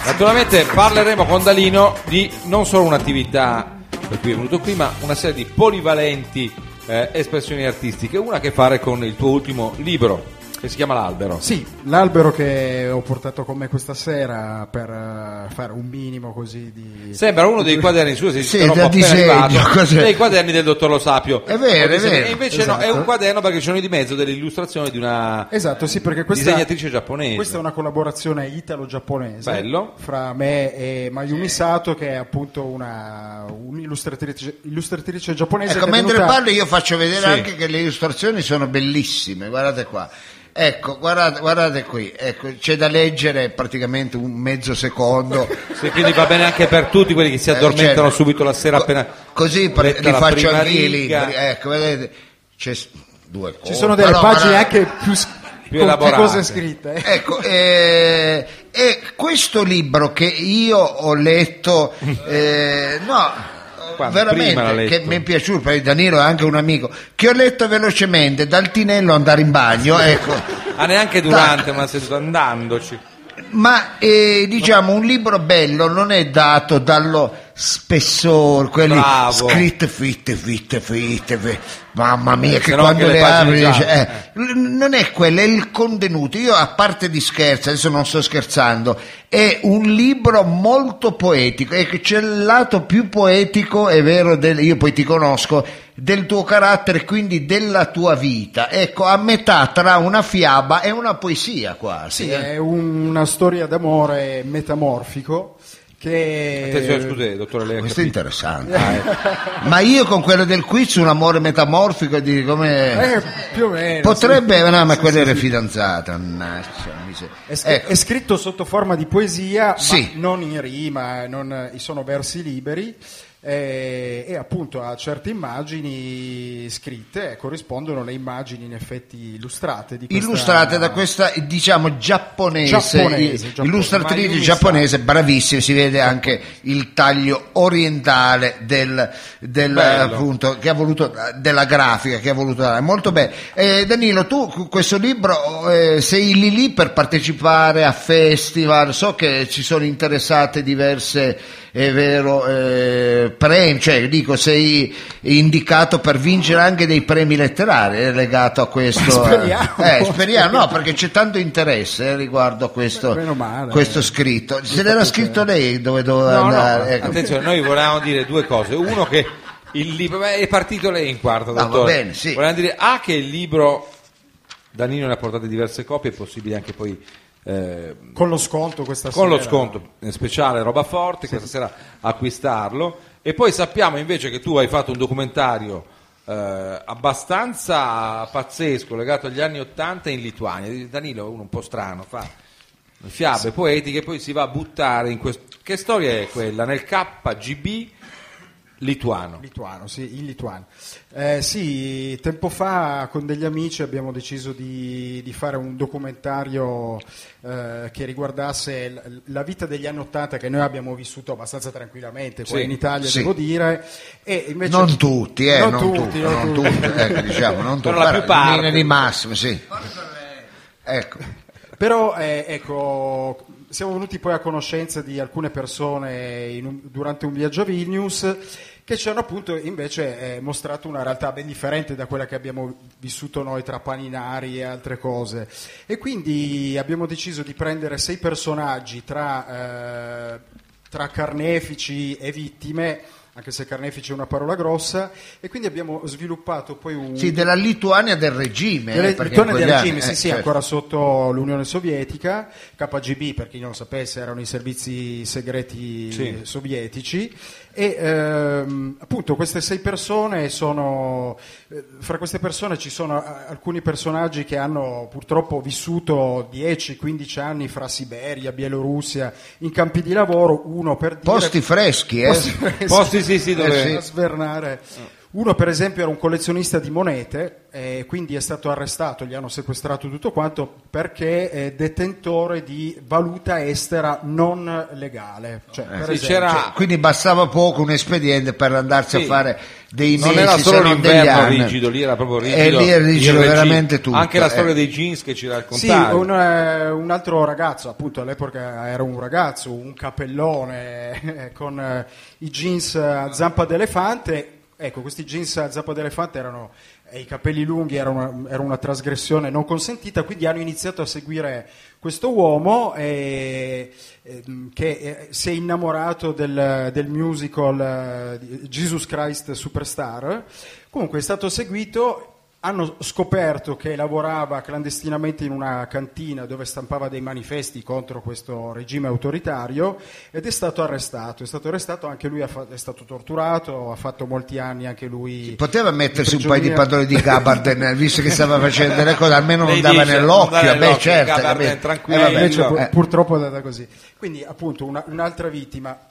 Naturalmente parleremo con Dalino di non solo un'attività per cui è venuto qui, ma una serie di polivalenti eh, espressioni artistiche, una che fare con il tuo ultimo libro, che si chiama L'albero. Sì, l'albero che ho portato con me questa sera per eh, fare un minimo così di... Sembra uno dei quaderni, scusa se Sì, ci interrompo, da appena disegno, arrivato, [laughs] cos'è? dei quaderni del dottor Lo Sapio. È vero, è vero. E invece no, è Esatto. un quaderno perché ci sono di mezzo delle illustrazioni di una Esatto, sì, perché questa, disegnatrice giapponese. questa è una collaborazione italo-giapponese Bello. fra me e Mayumi Sato, che è appunto una, un'illustratrice illustratrice giapponese. Ecco, che è mentre venuta- parlo io faccio vedere Sì. anche che le illustrazioni sono bellissime, guardate qua. Ecco, guardate, guardate qui, ecco, c'è da leggere praticamente un [laughs] mezzo secondo. eh, Sì, quindi va bene anche per tutti quelli che si addormentano certo. subito la sera appena Così pre- letta li la faccio prima anche i riga. libri. Ecco, vedete, c'è s- due cose. Ci sono delle Però pagine guardate- anche più, s- con- elaborate. Che cose scritte. [laughs] Ecco, eh, e questo libro che io ho letto, eh, no, Quando? Prima l'ha veramente, letto. che mi è piaciuto, perché Danilo è anche un amico, che ho letto velocemente dal tinello andare in bagno, ecco. Ah, neanche durante, ma seduto andandoci. Ma eh, diciamo un libro bello non è dato dallo spessore, quelli Bravo. scritte fitte, fitte, fitte, fi- mamma mia, che Eh, Se no quando anche le le pagine apri dici, gialle. eh, l- non è quello, è il contenuto. Io a parte di scherzo, adesso non sto scherzando, è un libro molto poetico e che c'è il lato più poetico, è vero, del- io poi ti conosco, del tuo carattere, quindi della tua vita. Ecco, a metà tra una fiaba e una poesia quasi. Sì, eh. è un- una storia d'amore metamorfico che... Attenzione, Eh, scusi, dottore Lea. Questo è interessante. eh. Ma io con quello del quiz un amore metamorfico di come... Eh, più o meno. Potrebbe, sì. no, ma Sì, quella sì, era sì. fidanzata. mannaggia, miseria. È, sc- Ecco. è scritto sotto forma di poesia, Sì. ma non in rima, non, sono versi liberi. eh, e appunto a certe immagini scritte eh, corrispondono le immagini in effetti illustrate di questa... illustrate da questa diciamo giapponese, Giapponese, il- giapponese. Ma illustratrice Yumi giapponese bravissima si vede anche il taglio orientale del, del, Bello. appunto che ha voluto della grafica che ha voluto dare molto bene Eh, Danilo tu cu- questo libro eh, sei lì lì per partecipare a festival so che ci sono interessate diverse è vero eh, premi cioè dico sei indicato per vincere anche dei premi letterari eh, legato a questo questo, Ma speriamo. eh, eh, speriamo, no, perché c'è tanto interesse eh, riguardo a questo, Beh, meno male. questo scritto. Se l'era scritto lei dove doveva No, no, andare. ecco. attenzione, noi volevamo dire due cose. Uno che il libro beh, è partito lei in quarto, No, va dottore. bene, sì. Volevamo dire A che il libro Danilo ne ha portate diverse copie, è possibile anche poi eh, Con lo sconto questa con lo sera. sconto eh, speciale roba forte questa sera acquistarlo e poi sappiamo invece che tu hai fatto un documentario eh, abbastanza pazzesco legato agli anni 80 in Lituania Danilo è uno un po' strano fa fiabe poetiche poi si va a buttare in questo che storia è quella nel KGB lituano Lituano, sì, in lituano. Eh, sì, tempo fa con degli amici abbiamo deciso di, di fare un documentario eh, che riguardasse l- la vita degli anni Ottanta che noi abbiamo vissuto abbastanza tranquillamente qua Sì, in Italia, sì. devo dire. E invece- Non tutti, eh, non, tutti, non non tutti. tutti, ecco, [laughs] diciamo, non Però tutti. la Guarda, più parte. in linea di massimo, sì. Ecco. Però eh, ecco, siamo venuti poi a conoscenza di alcune persone in un- durante un viaggio a Vilnius che ci hanno appunto invece eh, mostrato una realtà ben differente da quella che abbiamo vissuto noi tra paninari e altre cose. E quindi abbiamo deciso di prendere sei personaggi tra, eh, tra carnefici e vittime, anche se carnefici è una parola grossa, e quindi abbiamo sviluppato poi un... Mm. Sì, della Lituania del regime. eh, Delle- perché ritorno in dei quegli regimi, anni- sì, eh, sì, certo. ancora sotto l'Unione Sovietica, KGB per chi non lo sapesse erano i servizi segreti Sì. sovietici e ehm, appunto queste sei persone sono, eh, fra queste persone ci sono eh, alcuni personaggi che hanno purtroppo vissuto 10-15 anni fra Siberia, Bielorussia, in campi di lavoro, uno per dire... Posti freschi, eh. Posti freschi. Posti, sì, sì, dove- Eh, sì. Eh. A svernare. Uno per esempio era un collezionista di monete e quindi è stato arrestato, gli hanno sequestrato tutto quanto perché è detentore di valuta estera non legale. Cioè, Eh, per Eh. Sì, esempio- c'era Quindi bastava poco un espediente per andarsi Sì. a fare dei non mesi, era se solo non degli l'inverno anni. rigido, lì era proprio rigido. E lì era rigido il regime. veramente tutto. Anche la storia eh. dei jeans che ci Sì, raccontavi. un, eh, un altro ragazzo, appunto all'epoca era un ragazzo, un capellone eh, con eh, i jeans a zampa d'elefante. Ecco, questi jeans a zampa d'elefante erano e i capelli lunghi erano era una trasgressione non consentita, quindi hanno iniziato a seguire questo uomo eh, ehm, che eh, si è innamorato del, del musical eh, di Jesus Christ Superstar. Comunque è stato seguito hanno scoperto che lavorava clandestinamente in una cantina dove stampava dei manifesti contro questo regime autoritario ed è stato arrestato. È stato arrestato anche lui, ha fa- è stato torturato, ha fatto molti anni anche lui. Poteva mettersi in un paio di prigionia. pantaloni di [laughs] gabardine visto che stava facendo delle cose, almeno non Lei dava dice, non nell'occhio. dava Beh, nell'occhio, certo, gabardine, capito? tranquillo. Eh, Eh, vabbè, invece no, pu- eh. purtroppo è andata così. Quindi appunto una- un'altra vittima.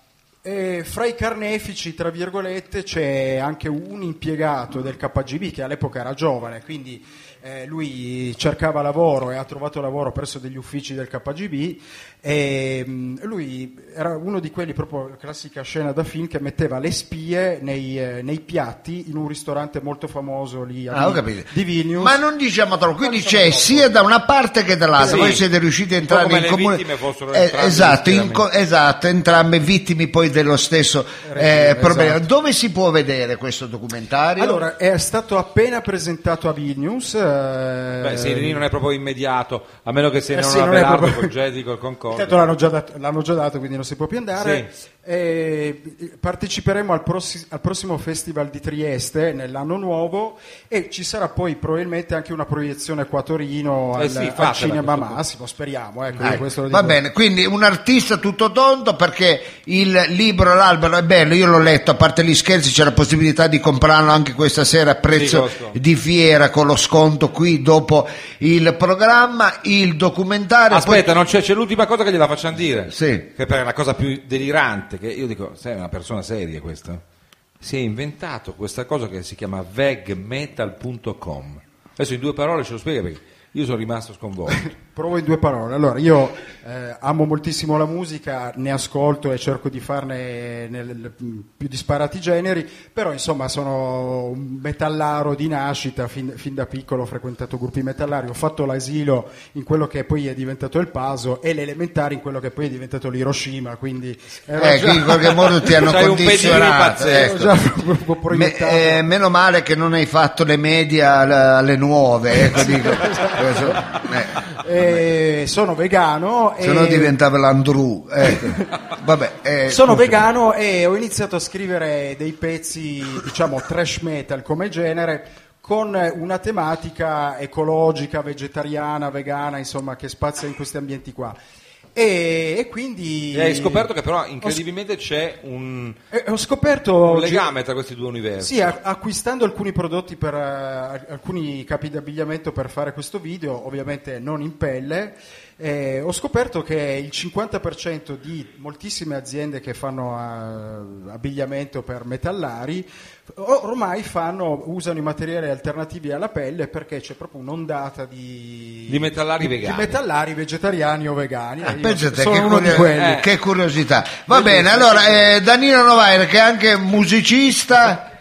E fra i carnefici, tra virgolette, c'è anche un impiegato del KGB che all'epoca era giovane, quindi eh, lui cercava lavoro e ha trovato lavoro presso degli uffici del KGB e mh, lui era uno di quelli, proprio la classica scena da film, che metteva le spie nei, eh, nei piatti in un ristorante molto famoso lì a Ah, ho Vi- capito. di Vilnius. Ma non diciamo troppo, quindi diciamo c'è troppo. sia da una parte che dall'altra. Sì. Voi siete riusciti a Un po' entrare come in le comune. vittime fossero Eh, entrambi esatto, in schieramenti. co- esatto, entrambe vittime poi dello stesso Rettivo, eh, problema. esatto. Dove si può vedere questo documentario? Allora, è stato appena presentato a Vilnius. eh, Beh, sì, lì non è proprio immediato, a meno che se Eh non sì, una non è Berardo proprio- col Gedi, col Concordia. Intanto l'hanno già, dat- l'hanno già dato, quindi non si può più andare. Sì. Eh, parteciperemo al, prossi- al prossimo Festival di Trieste nell'anno nuovo e ci sarà poi probabilmente anche una proiezione qua a Torino Eh al, sì, al fatela, cinema Massimo, speriamo. Ecco, Ecco, io questo lo va dico. bene, quindi un artista tutto tondo perché il libro L'albero è bello, io l'ho letto, a parte gli scherzi c'è la possibilità di comprarlo anche questa sera a prezzo costo. di fiera con lo sconto qui dopo il programma, il documentario. poi- Aspetta, non c'è, c'è l'ultima cosa che gliela facciamo dire. Sì. Che per la cosa più delirante, che io dico, sei una persona seria questa? Si è inventato questa cosa che si chiama vegmetal.com. Adesso in due parole ce lo spiega perché io sono rimasto [laughs] sconvolto. Provo in due parole. Allora, io eh, amo moltissimo la musica, ne ascolto e cerco di farne nel mh, più disparati generi, però insomma sono un metallaro di nascita, fin, fin da piccolo ho frequentato gruppi metallari, ho fatto l'asilo in quello che poi è diventato il Paso e l'elementare in quello che poi è diventato l'Hiroshima, quindi... ero Eh, già- in qualche modo ti hanno [laughs] C'hai un pedigree condizionato. pazzesco. ecco. Ero [laughs] già un po' Me- proiettato. eh, meno male che non hai fatto le media al- alle nuove, [laughs] ecco, dico. Questo- eh, Eh, sono vegano se no e... diventava l'Andrew. ecco. Vabbè, eh, Sono scusa. vegano e ho iniziato a scrivere dei pezzi, diciamo, trash metal come genere con una tematica ecologica, vegetariana, vegana, insomma, che spazia in questi ambienti qua. E, e quindi E hai scoperto che però incredibilmente c'è un, Eh, ho scoperto un oggi- legame tra questi due universi. sì, eh, a- acquistando alcuni prodotti per eh, al- alcuni capi di abbigliamento per fare questo video, ovviamente non in pelle, eh, ho scoperto che il 50% di moltissime aziende che fanno eh, abbigliamento per metallari o- ormai fanno, usano i materiali alternativi alla pelle perché c'è proprio un'ondata di, Di metallari di vegani. metallari vegetariani o vegani. Eh, Io pensa te, sono che, uno di curio- quelli. eh, che curiosità. Va Voglio bene, dire- allora eh, Danilo Novaire che è anche musicista. eh,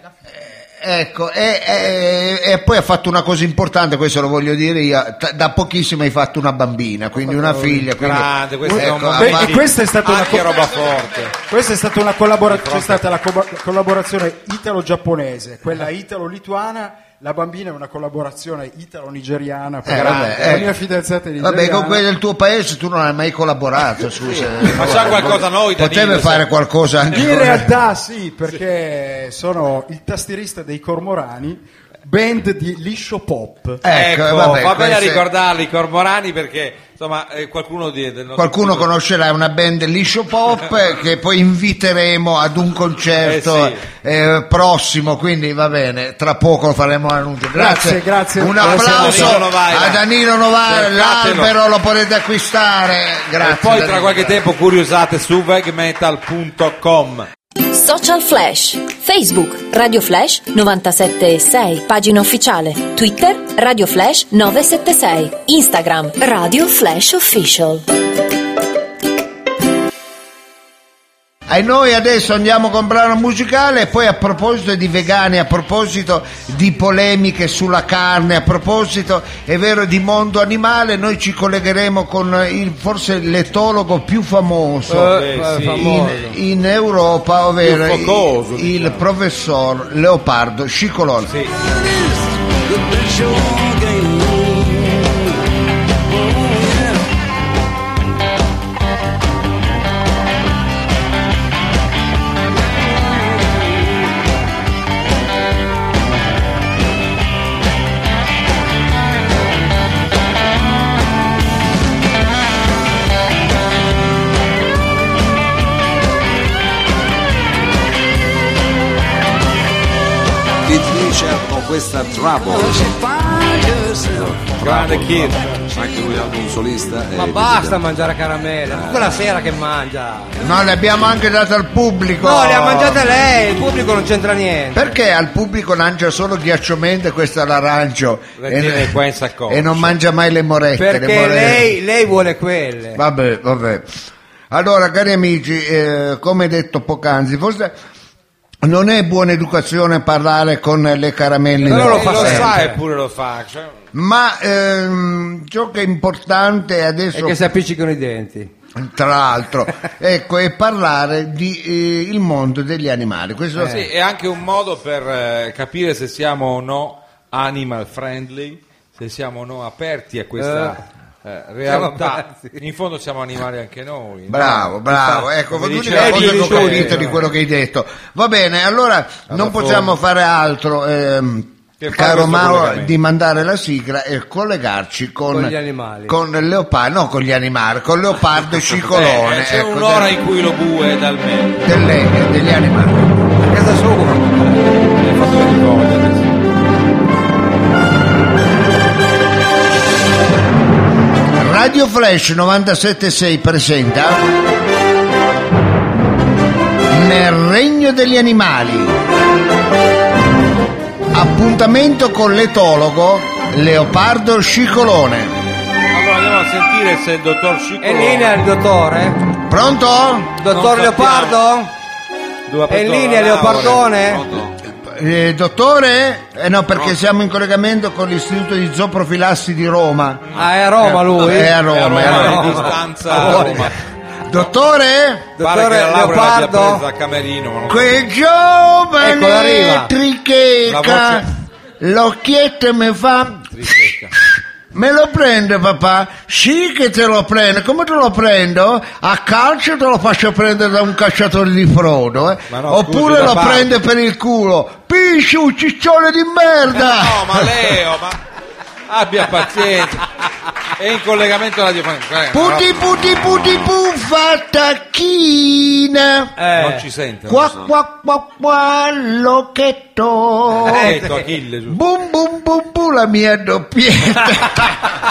Ecco, e, e- e poi ha fatto una cosa importante, questo lo voglio dire io, t- da pochissimo hai fatto una bambina, quindi una figlia. Quindi, Grande, questo è un ecco, ha Beh, fatto- e questa è stata una Anche co- roba forte. Questa è stata una collaborazione, c'è stata la co- collaborazione italo-giapponese, quella Eh. italo-lituana, la bambina è una collaborazione italo-nigeriana, Eh, perché vabbè, la eh. mia fidanzata è nigeriana. Vabbè, con quello del tuo paese tu non hai mai collaborato, scusa. Facciamo qualcosa noi, Danilo, Potevi fare sai. qualcosa anche In con- realtà sì, perché sono il tastierista dei Cormorani, band di liscio pop. Ecco, Ecco, vabbè, va bene a questo è- ricordarli i Cormorani perché insomma eh, qualcuno di, del nostro Qualcuno pubblico- conoscerà una band liscio pop [laughs] eh, che poi inviteremo ad un concerto Eh sì. eh, prossimo, quindi va bene, tra poco faremo l'annuncio. Grazie, Grazie, grazie. Un Grazie applauso a Danilo Novaira. a Danilo Novara, Cercatelo. l'albero lo potete acquistare. Grazie. E poi tra Danilo. qualche tempo curiosate su vegmetal.com. Social Flash. Facebook Radio Flash 976, pagina ufficiale. Twitter Radio Flash 976. Instagram Radio Flash Official. E noi adesso andiamo con brano musicale e poi a proposito di vegani, a proposito di polemiche sulla carne, a proposito, è vero, di mondo animale, noi ci collegheremo con il, forse l'etologo più famoso Eh, sì. in, in Europa, ovvero Più focoso, diciamo. il, il professor Leopardo Scicolone. Keith Richard con "Oh, questa Trouble Grande Keith. anche lui è un solista Ma Eh, e- basta mangiare caramelle, tutta la sera che mangia. No, le abbiamo anche date al pubblico. No, le ha mangiate lei, il pubblico non c'entra niente. Perché al pubblico lancia solo ghiacciomento e questo è l'arancio Perché e, qua in sacco. e non mangia mai le morette? le Perché morette. lei, lei vuole quelle. Eh. Vabbè, vabbè. Allora, cari amici, eh, come detto poc'anzi, forse non è buona educazione parlare con le caramelle. Però lo Eh, fa lo sempre. sa eppure lo fa. cioè, Ma ehm, ciò che è importante E adesso... che si appiccicano i denti. tra l'altro, ecco, e parlare di eh, il mondo degli animali. Questo Eh, sì, è anche un modo per eh, capire se siamo o no animal friendly, se siamo o no aperti a questa eh, realtà. In fondo siamo animali anche noi. no? Bravo, bravo, Infatti, ecco, come l'unica diceva cosa che ho Lucio, capito eh, di quello che hai detto. Va bene, allora non possiamo fare altro, ehm, Che fare caro questo Mauro, collegamento. di mandare la sigla e collegarci con, Con gli animali. Con leopardo, no con gli animali, [laughs] con leopardo e cicolone. Eh, c'è ecco, un'ora del- in cui lo bue dal mezzo. delle- degli animali. Casa sua. Radio Flash 976 presenta Nel regno degli animali. Appuntamento con l'etologo Leopardo Scicolone. Allora andiamo a sentire se il dottor Scicolone È Oh. in linea il dottore? Pronto? sappiamo. Dottor Leopardo? È in linea Leopardone? Eh, dottore? Eh no, perché siamo in collegamento con l'Istituto di Zooprofilassi di Roma. Ah, è a Roma lui? Eh, È a Roma, Eh, è a Roma. Eh, a distanza a Roma. Dottore? Pare che la laurea l'abbia Leopardo? presa a Camerino, ma non Quel giovane Ecco, arriva. La tricheca, voce- l'occhietto mi fa... [laughs] Me lo prende papà? Sì che te lo prendo, come te lo prendo? A calcio te lo faccio prendere da un cacciatore di frodo, eh? Ma no, oppure scusi, lo papà. prende per il culo. Pisciu, ciccione di merda! Eh, No, ma Leo, ma abbia pazienza. È in collegamento radiofonico. Eh, Puti puti puti puffa tacchina no, Eh. Non ci sente. Qua qua qua qua Ha l'occhetto Eh. detto Achille, giusto? Bum bum bum bum la mia doppietta [laughs]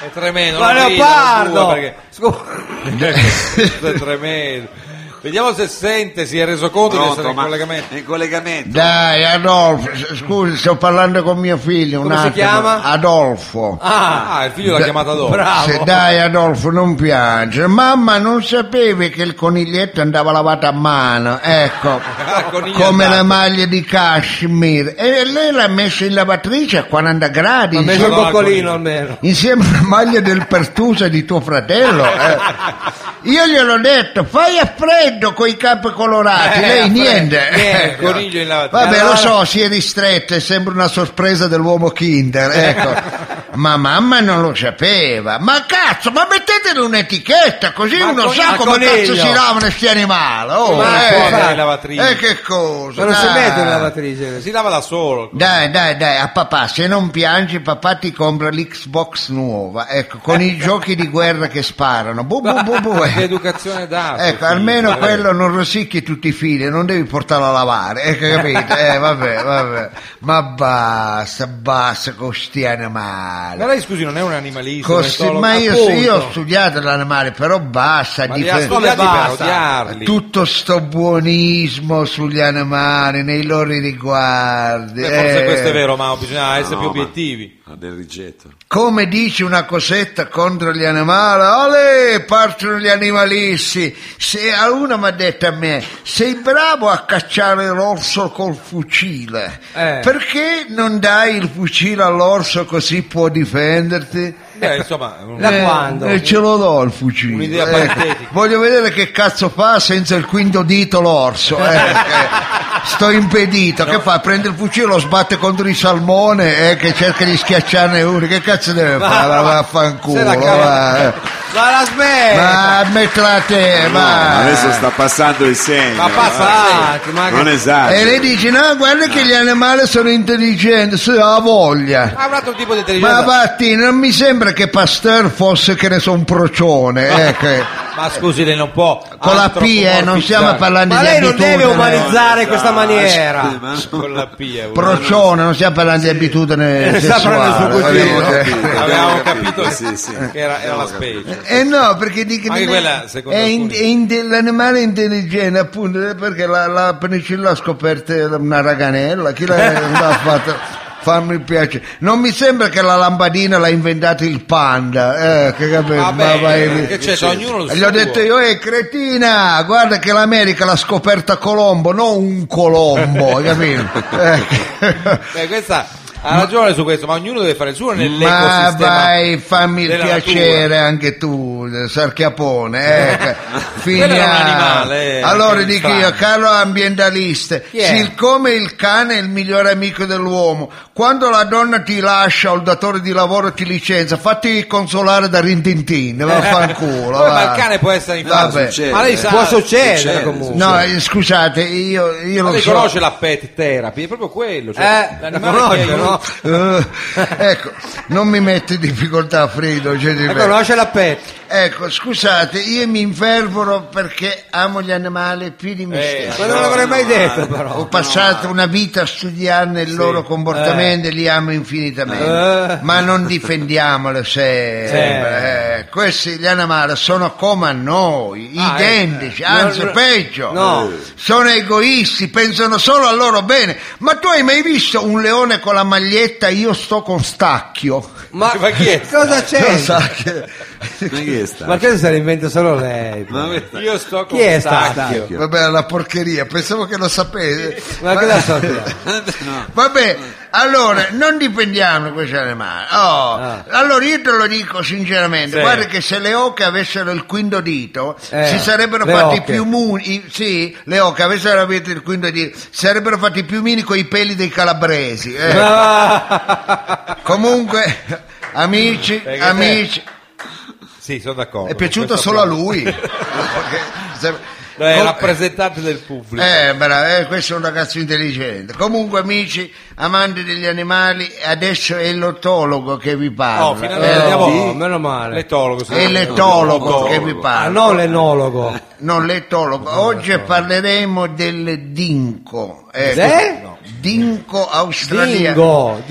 È tremendo. Ma non ride, non Leopardo! bua, perché- Questo è tremendo. Vediamo se sente, si è reso conto di essere in collegamento. in collegamento. Dai Adolfo, s- scusi sto parlando con mio figlio un Come si attimo. chiama? Adolfo Ah, il figlio l'ha chiamata dopo. Se- Dai Adolfo non piange Mamma non sapevi che il coniglietto andava lavato a mano Ecco Ah, il coniglio come la andato. maglia di cashmere e lei l'ha messa in lavatrice a 40 gradi Ha messo il insomma. coccolino almeno. insieme alla maglia del Pertusa di tuo [laughs] fratello. eh. Io gliel'ho detto, fai a freddo coi capi Eh, a colorati, lei freddo, niente. niente, Ecco. coniglio in lavatrice. Vabbè, lo Allora- so, si è ristretta e sembra una sorpresa dell'uomo Kinder, [laughs] ecco. Ma mamma non lo sapeva. Ma cazzo, ma mettetene un'etichetta così Ma uno con- sa ma come coniglio. cazzo si lavano questi animali. Oh, Ma eh, fuori dalle lavatrici. eh, che cosa? Ma non si dai. mette in lavatrice. Si lava da solo. Dai, dai, dai, a papà, se non piangi, papà ti compra l'Xbox nuova, ecco, [laughs] con i giochi di guerra che sparano. Bu, bu, bu, bu, Che eh. educazione dà? sto Ecco, figlio, almeno dai. quello non rosicchi tutti i fili, non devi portarlo a lavare, [laughs] ecco, capite? Eh, vabbè, vabbè. Ma basta, basta con sti Ma animali. lei, scusi, non è un animalista? un Costi- etologo? ma io, sì, io ho appunto. studiato l'animale, però basta. Ma di li ha fe- studiati per basta. odiarli. tutto sto buonismo sugli animali, nei loro riguardi. Beh, forse eh. questo è vero, ma bisogna essere più no, ma- [laughs] obiettivi. Ha Ah, del rigetto. Come dici una cosetta contro gli animali? Ale, partono gli animalisti. Se a una mi ha detto a me, sei bravo a cacciare l'orso col fucile, Eh. perché non dai il fucile all'orso così può difenderti? Beh, insomma, un- Da quando? Eh, ce lo do il fucile. Un'idea Eh, parentetica. voglio vedere che cazzo fa senza il quinto dito l'orso. eh, eh. Sto impedito. Che fa? Prende il fucile, lo sbatte contro il salmone eh, che cerca di schiacciarne uno. Che cazzo deve fare? Va, vaffanculo. se la cava- Eh. va, eh. Ma la smetta! Ma mettila a te, No, va. Ah, adesso sta passando il segno. eh. Ma passa- va. Infatti, ma che- Non esagero. E Eh, lei dice: No, guarda che gli animali sono intelligenti, se ha voglia. ha un altro tipo di Ma intelligenza. Ma, Patti, non mi sembra che Pasteur fosse, che ne so, un [laughs] procione. eh, che- scusi, lei non può. con la P, eh, non stiamo parlando Ma di lei non abitudine. eh. Ah, deve umanizzare No, questa no, maniera. scusi, ma- Con la P, eh, Procione, non stiamo parlando di abitudine Eh, sta sessuale. parlando il suo voglio cugino. dire. Avevamo Abbiamo capito, capito sì, sì. che era, era la specie. Eh no, perché dico certo. Anche di me- quella, secondo è in- alcuni. è in- l'animale intelligente, appunto, eh, perché la, la penicilla l'ha scoperta una raganella, chi [laughs] l'ha, l'ha fatta? Fammi il piacere. Non mi sembra che la lampadina l'ha inventata il panda, eh, che capito? Vabbè, eh, ma vai- che c'è, ognuno lo Gli ho detto io, eh cretina, guarda che l'America [laughs] l'ha scoperta Colombo, non un Colombo, capito? Eh, Beh, questa Ha ragione su questo, ma ognuno deve fare il suo Ma nell'ecosistema. vai, fammi il della piacere natura. anche tu, eh, Sarchiapone. Eh, [laughs] Quello era un animale, eh, Allora quindi dico strano. io, caro ambientalista, è? siccome il cane è il migliore amico dell'uomo, quando la donna ti lascia o il datore di lavoro ti licenzia, fatti consolare [laughs] da Rintintin, vaffanculo. Vabbè, ma va. il cane può essere in Vabbè. ma Eh, lei sa, Può succedere, comunque. No, eh, scusate, io, io Ma lo lei so. conosce la pet therapy, è proprio quello. Cioè, Eh, l'animale la che conosce, è- no? Eh, ecco, non mi mette in difficoltà Fredo. Cioè, ripeto. conosce la pet. Ecco, scusate, io mi infervoro perché amo gli animali più di me Eh, stesso. ma non l'avrei mai detto, però. Ho passato una vita a studiarne il loro comportamento e li amo infinitamente. Eh. Ma non difendiamole sempre. Eh. eh. Questi gli animali sono come a noi, Ah, identici, eh. anzi No, no. peggio. No. Sono egoisti, pensano solo al loro bene. Ma tu hai mai visto un leone con la maglietta io sto con stacchio? Ma, Ma chi è? cosa c'è? Non sa che- Ma chi è stato? Ma questo se l'inventa solo lei. Io sto con Chi è Stacchio. stata? Vabbè, la porcheria, pensavo che lo sapete. [laughs] Ma che la so io? [laughs] Vabbè, allora non dipendiamo da questi animali. Oh, Ah. Allora io te lo dico sinceramente, Sì. guarda che se le oche avessero il quinto dito, Eh, si sarebbero le fatti oche. più muni, i- sì, le oche avessero avuto il quinto dito, si sarebbero fatti più mini con i peli dei calabresi. eh. Comunque, [laughs] amici, Perché amici, Sì, sono d'accordo. è piaciuto Questo solo a applauso. [laughs] lui. Perché se- No, è Com- rappresentante del pubblico. eh, bravo, eh, questo è un ragazzo intelligente. Comunque, amici, amanti degli animali, adesso è l'ottologo che vi parla. Oh, finalmente Eh, andiamo- sì. Oh, meno male. L'etologo. sì. È l'etologo che vi Ah, parla. non [laughs] l'enologo. Non l'etologo. Oggi parleremo del dingo. Cos'è? Dingo australiano. Dingo,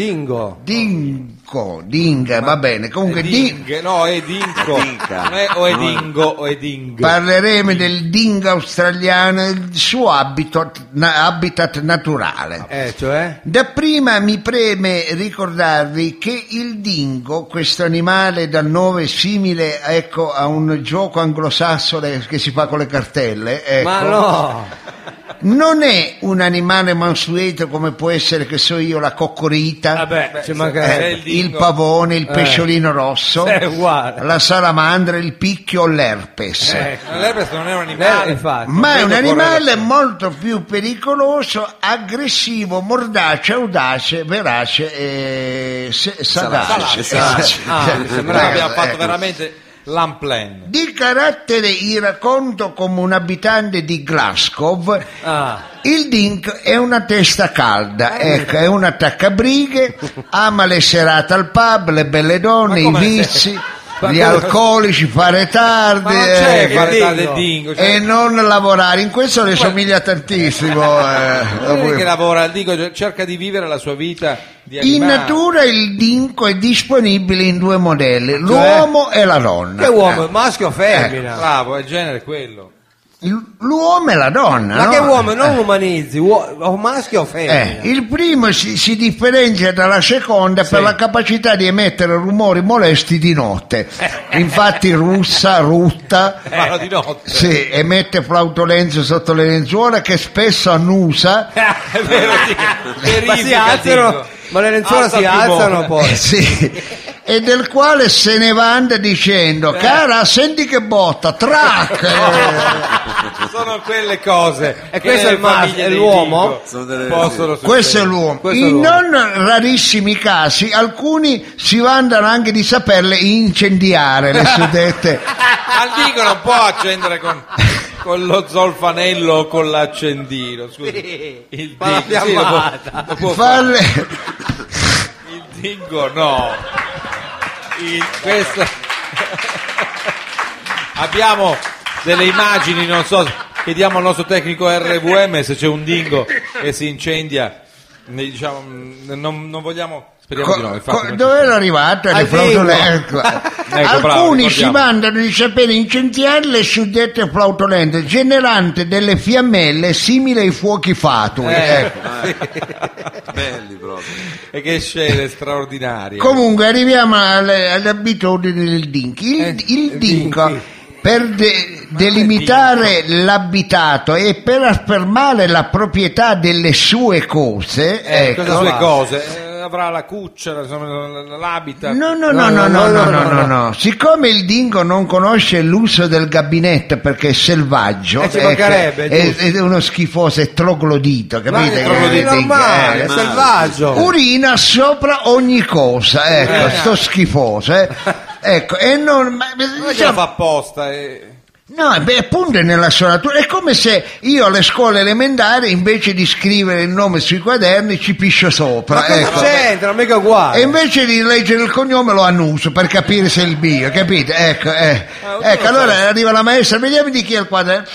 dingo. Dingo, dinga, va bene. Comunque, È di- Ding, no, è Dingo. Non è- o è Dingo o è Ding. Parleremo del dingo australiano e il suo habitat, na- habitat naturale. Eh, cioè? Dapprima mi preme ricordarvi che il dingo, questo animale dal nome simile ecco, a un gioco anglosassone che si fa con le cartelle, ecco, Ma no! non è un animale mansueto come può essere, che so io, la coccorita, Vabbè, Ah, ci eh, manca... Eh. il, pavone, il pesciolino rosso, È uguale. la salamandra, il picchio o l'herpes. Ma L'herpes non è un Eh, animale. infatti. Ma è un Esatto, Vedo animale molto più pericoloso, aggressivo, mordace, audace, verace e se- Salace, sagace. salace. Eh, Ah, mi sembra che ragazzi, abbia fatto ecco. veramente l'amplen. Di carattere iracondo come un abitante di Glasgow, Ah, il Dink è una testa calda, Eh. ecco, è un attaccabrighe, ama le serate al pub, le belle donne, i come le- vizi, Ma gli come- alcolici, fare tardi. Ma non c'è eh, che fare- parla del dingo. cioè, e non lavorare, in questo le [laughs] somiglia tantissimo. eh, a non è voi. che lavora il dingo, cioè, cerca di vivere la sua vita di in animale. natura il dinco è disponibile in due Cioè? modelli, l'uomo e la donna. che uomo, maschio o Ecco. femmina? Bravo, è il genere quello. L- L'uomo e la donna. Ma no? che uomo, Eh. non umanizzi, uo- o maschio o Eh, femmina? il primo si, si differenzia dalla seconda per la capacità di emettere rumori molesti di notte. Infatti russa, rutta, Eh. Parla di notte. sì, emette flautolenze sotto le lenzuola che spesso [laughs] annusa è vero, sì. Terrifica ma il si dingo. alzano, ma le lenzuola Alza si il timone. alzano Eh, poi. sì. e del quale se ne vanta dicendo cara senti che botta track Eh, Sono quelle cose. E che questo è il nelle famiglie mas- è dei l'uomo? dingo Sono delle- Possono questo è succedere. l'uomo Questo è in l'uomo. non rarissimi casi alcuni si vantano anche di saperle incendiare le suddette [laughs] Al dingo non può accendere con, con lo zolfanello o con l'accendino. Scusi. Il Fa la dingo, sì, lo può- fiammata. lo può fare. farle Il dingo no. Il- questo... [laughs] Abbiamo delle immagini, non so, chiediamo al nostro tecnico RVM se c'è un dingo che si incendia. Ne- diciamo, mh, non, non vogliamo... Speriamo di no. Co- infatti co- non ci dove era arrivata le Al flautolenze? [laughs] Ecco, bravo, Alcuni si ricordiamo. vantano di sapere incendiare le suddette flautolenze, generante delle fiammelle simili ai fuochi fatui. Eh. ecco. Belli proprio. [laughs] E che scene straordinarie. Comunque arriviamo alle, alle abitudini del dinky. Eh, Il, il dingo per de- delimitare l'abitato e per affermare la proprietà delle sue cose, Eh, ecco, cosa sue cose. Eh, avrà la cuccia, insomma, l'abita. No, no, no, no, no, no, no, no, no. Siccome il dingo non conosce l'uso del gabinetto perché è selvaggio, Eh, ci mancherebbe, è, giusto. ed è uno schifoso, è troglodito, Ma capite? è proprio Che- normale, eh, è ma- selvaggio. Urina sopra ogni cosa, ecco, Eh. sto schifoso, [laughs] eh. Ecco, e non... ma- Non è che la diciamo- fa apposta. eh. No, e beh, appunto è nella sua natura. È come se io alle scuole elementari invece di scrivere il nome sui quaderni ci piscio sopra. Ma cosa ecco. c'entra? Mica uguale. E invece di leggere il cognome lo annuso per capire se è il mio, capite? Ecco, eh. Ah, ecco allora arriva la maestra, vediamo di chi è il quaderno.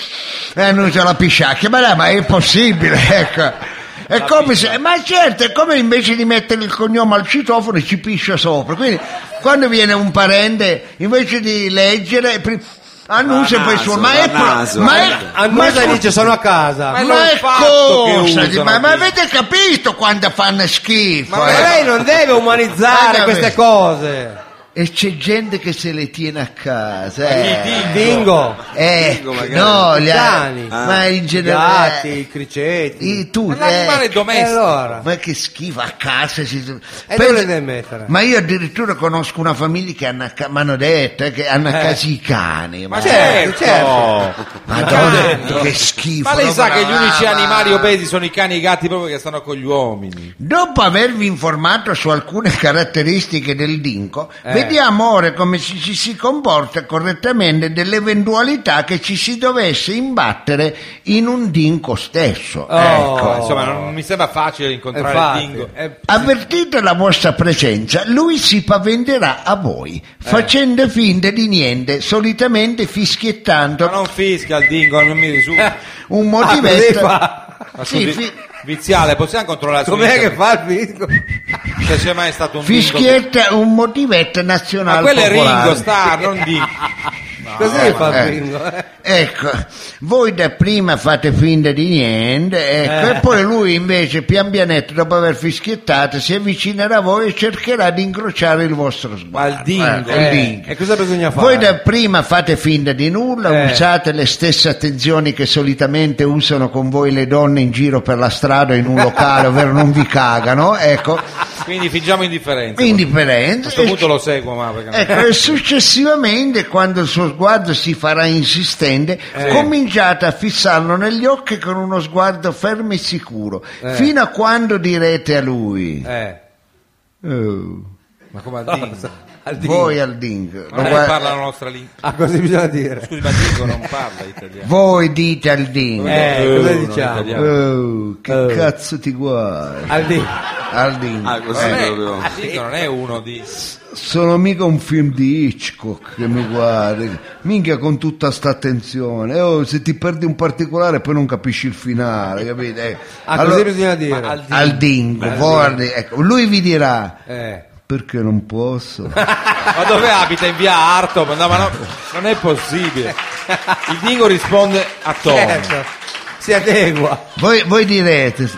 E annuncia la pisciacchia, ma, no, ma è impossibile, [laughs] ecco. È come se, ma certo, è come invece di mettere il cognome al citofono ci piscia sopra. Quindi quando viene un parente, invece di leggere, pri- annuncia e poi naso, suona. Ma dal è, pro- naso, ma eh. è, Annusa e dice sono a casa. ma, Ma è fatto che cosa? usano Ma, ma questo. avete capito quando fanno schifo? Ma eh? lei non deve umanizzare Guarda, queste vedi. cose. E c'è gente che se le tiene a casa. Il dingo. Eh, Dingo magari. no, I gli cani. cani. Ma in I generale. gatti, i criceti. I- tu, Ma l'animale eh, domestico. e allora? E Ma che schifo a casa si... E dove le deve mettere? Ma io addirittura conosco una famiglia che hanno a ca- mi hanno detto eh, che hanno a Eh. casa i cani. Ma certo, certo. Madonna, Ma che schifo. Ma lei sa proprio, che gli ma- unici ma- animali obesi sono i cani e i gatti proprio che stanno con gli uomini. Dopo avervi informato su alcune caratteristiche del dingo, Eh. vediamo ora come ci, ci si comporta correttamente dell'eventualità che ci si dovesse imbattere in un dingo stesso. Ecco, Ecco. insomma, non mi sembra facile incontrare Infatti, il dingo. Eh, Avvertita la vostra presenza, lui si paventerà a voi, Eh. facendo finta di niente, solitamente Ma fischiettando non fischia il dingo, non mi risulta. un così motivetto. fa? Ma Eh, Sì, scusi, fi- Viziale, possiamo controllare su Com'è internet che fa il fisco? se c'è mai stato un dingo? che- Fischietta un motivetto Ma nazionale. quello è popolare. Ringo Star, non Dingo. No, eh, Così fa ma- il Ringo, Ecco, voi dapprima fate finta di niente, ecco, Eh. e poi lui invece pian pianetto, dopo aver fischiettato, si avvicinerà a voi e cercherà di incrociare il vostro sguardo. Ma il dingo. Ecco, il eh, dingo. E cosa bisogna fare? Voi dapprima fate finta di nulla, Eh. usate le stesse attenzioni che solitamente usano con voi le donne in giro per la strada o in un locale, ovvero non vi cagano, ecco, Quindi fingiamo indifferenza. A indifferenza. questo punto lo seguo, ma perché Ecco, e successivamente, quando il suo sguardo si farà insistente, Eh. cominciate a fissarlo negli occhi con uno sguardo fermo e sicuro, Eh. fino a quando direte a lui. Eh. "Oh, Ma come al dingo? Voi al dingo. Ma Lo non guarda- parla la nostra lingua. Ah, così bisogna dire. Scusi, ma il dingo non parla italiano. Voi dite al dingo. Eh, cosa Eh, diciamo? non italiano. "Oh, che cazzo ti guarda? Al dingo. Al dingo. Ah, così Eh. proprio. Il dingo non è uno di... Sono mica un film di Hitchcock che mi guardi, minchia con tutta sta attenzione. Eh, oh, se ti perdi un particolare poi non capisci il finale, capite? Eh, Ah, così bisogna dire. Ma al dingo. Al dingo, Al guardi, dingo. ecco, lui vi dirà Eh. perché non posso. [laughs] Ma dove abita? In via Arto? Ma no, ma no, non è possibile. Il dingo risponde a tono. Certo. Si adegua. voi, voi direte,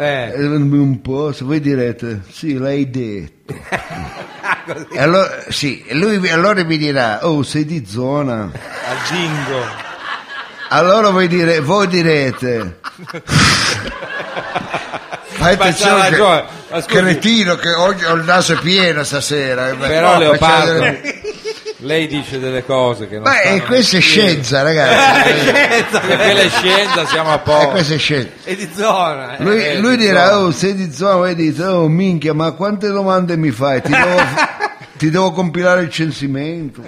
Eh. "Eh, non posso, voi direte, sì, l'hai [laughs] detto. E allora, sì, e lui vi- allora vi dirà, oh, sei di zona. Al certo. dingo. Eh, Allora voi, dire- voi [laughs] direte. Fai Ma c'ha attenzione, ragione, ma che, scusi. cretino, che oggi ho il naso pieno stasera. eh, ma- Però no, Leopardo, facciamo- lei dice delle cose che non Beh, certo. stanno questa è nel scienza, ragazzi. giro. Perché le scienza siamo a Eh, poco. questa è scienza. E di zona. eh. Lui, Eh, lui di dirà, zona. oh, sei di zona, voi dite, oh, minchia, ma quante domande mi fai? Ti [laughs] devo, ti devo compilare il censimento.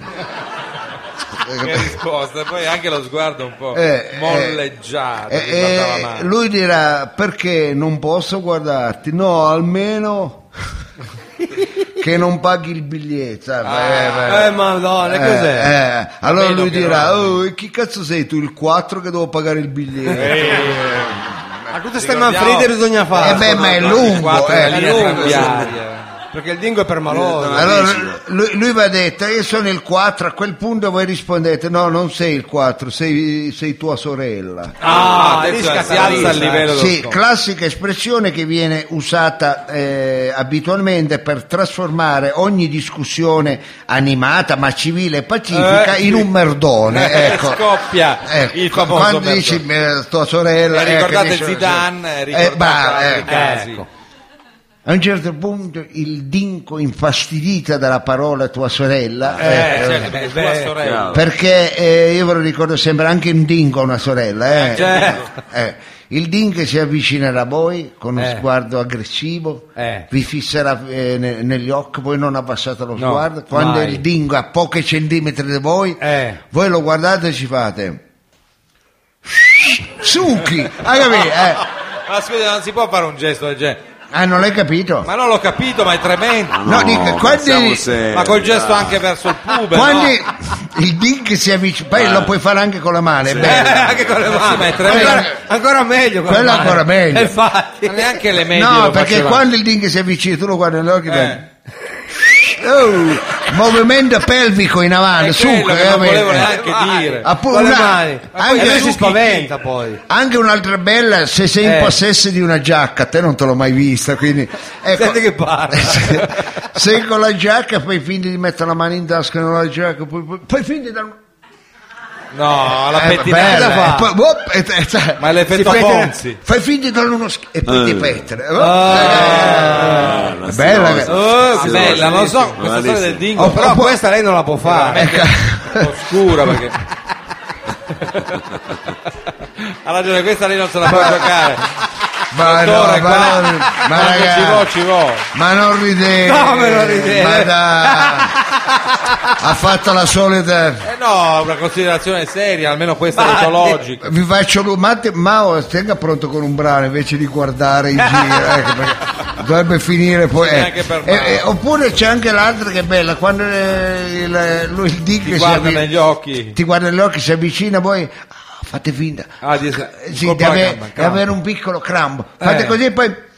Che risposta, poi anche lo sguardo un po' Eh, eh, molleggiato. E- che guardava e male. Eh, lui dirà perché non posso guardarti no almeno che non paghi il biglietto Ah, beh, Eh, beh. madonna, cos'è? Eh, eh. allora Almeno lui che dirà roba. oh, e chi cazzo sei tu il 4 che devo pagare il biglietto Eh, Ma tutte ste manfrede bisogna fare. Eh beh, ma è lungo, eh, È è lungo. lungo. Perché il dingo è permaloso. allora lui, lui va detto io sono il 4 a quel punto voi rispondete no non sei il 4 sei, sei tua sorella Ah, Ah, lì adesso si scatta la alza il lista. livello dello eh. Sì, scontro. classica espressione che viene usata eh, abitualmente per trasformare ogni discussione animata ma civile e pacifica Eh, in sì. un merdone. Eh, ecco. scoppia Ecco, il famoso quando merdone. dici eh, tua sorella Eh, ecco, ricordate dice- Zidane, eh, bravo, ricordate altri ecco. casi. Eh, A un certo punto il dinco infastidita dalla parola tua sorella, Eh, eh, certo, perché tua sorella. perché eh, io ve lo ricordo sempre anche un dingo ha una sorella. eh. certo. Eh, Il dingo si avvicinerà a voi con uno Eh. sguardo aggressivo, Eh. vi fisserà eh, ne- negli occhi, voi non abbassate lo No, sguardo. Quando mai. Eh. il dingo è a pochi centimetri da voi, voi lo guardate e ci fate... Succhi! Hai capito? Eh. Ma scusa, non si può fare un gesto del genere. Ah, non l'hai capito? Ma non l'ho capito, ma è tremendo. no, No, dico, quando- siamo seri, ma col gesto dai. anche verso il pube. Quando no? il dink si avvicina, poi lo puoi fare anche con la mano, è Sì. bello. [laughs] Eh, anche con le mani, ma è tremendo. Ancora- ancora meglio. Quello guarda. ancora meglio. Eh, infatti. Ma neanche le medie No, lo perché facevano. quando il dink si avvicina, tu lo guardi nell'occhio e Eh. fai- Oh, movimento pelvico in avanti, È su, Eh. eh, quello che non veramente. volevo neanche dire. Appu- Con le una- mani. Ma poi anche- Eh, lui si spaventa poi. Anche un'altra bella, se sei in Eh. possesso di una giacca, te non te l'ho mai vista, quindi ecco, Senti [laughs] che parla. se con la giacca fai finta di mettere la mano in tasca nella giacca, poi, poi, poi finta di dare un- No, la Eh, pettinata bella, fa. e poi, whoop, e te- te- Ma è l'effetto si pettina- Ponzi. Fai finta di dare uno schi- e poi ti Eh. pettere. Eh, Ah. la bella, signora, che- oh, signora, bella, non so, bellissima, questa storia del dingo. Oh, però questa lei non la può fare. Ecco. oscura perché [laughs] ha ragione questa lei non se la può giocare Ma no, Dottore, ma qua- non- ma quando ragazzi. ci vo ci vo Ma non ridere. No, me lo ridere. Ma [laughs] dai. ha fatto la solita. eh no una considerazione seria almeno questa è etologica Vi faccio lo- Matte- Mao tenga pronto con un brano invece di guardare in [laughs] giro. ecco, perché dovrebbe finire poi. Sì, eh. anche per Eh, Mao. eh, oppure c'è anche l'altra che è bella, quando eh, il, lui il dick ti si guarda avvi- negli occhi ti guarda negli occhi, si avvicina, poi ah, fate finta. ah, di, Eh, Sì, colpo di, alla ave- gamba, di calma. avere un piccolo crambo. Fate Eh. così e poi.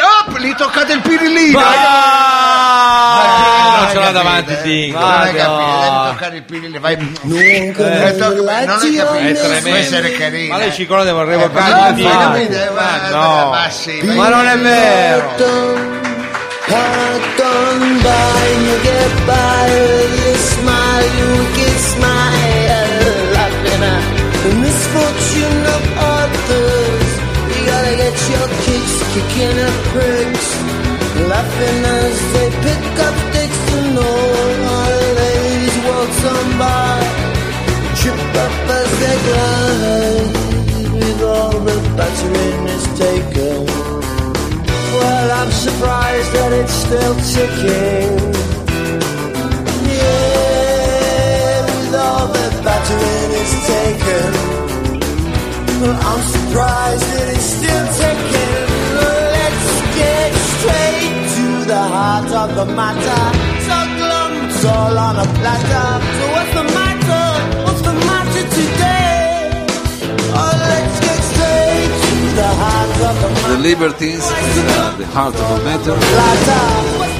Hop, gli toccate il pirillino. Ah, non ce l'ha capito, davanti eh. Dingo Non hai capito, devi Ah, toccare il pirillino. Vai. Eh, to- non hai è capito. Può essere Eh, tremendo carina. ma lei ci conosce vorrebbe Eh, parlare ma di no, Dingo. capito, eh, ma- no. ma sì, Ma non è vero. Cotton by you get by, you smile, you kiss my laughing at the misfortune of others. You gotta get your kicks, kicking at pricks, laughing as they pick up dicks and all our ladies walk on by, trip up as they glide with all the battering is taken. Well, I'm surprised that it's still ticking. Yeah, with all the battering it's taken. Well, I'm surprised that it's still ticking. Let's get straight to the heart of the matter. So glumps all on a platter. So what's the matter? What's the matter today? Oh, let's get straight to the heart of the matter. The Libertines, era The Heart of a Matter.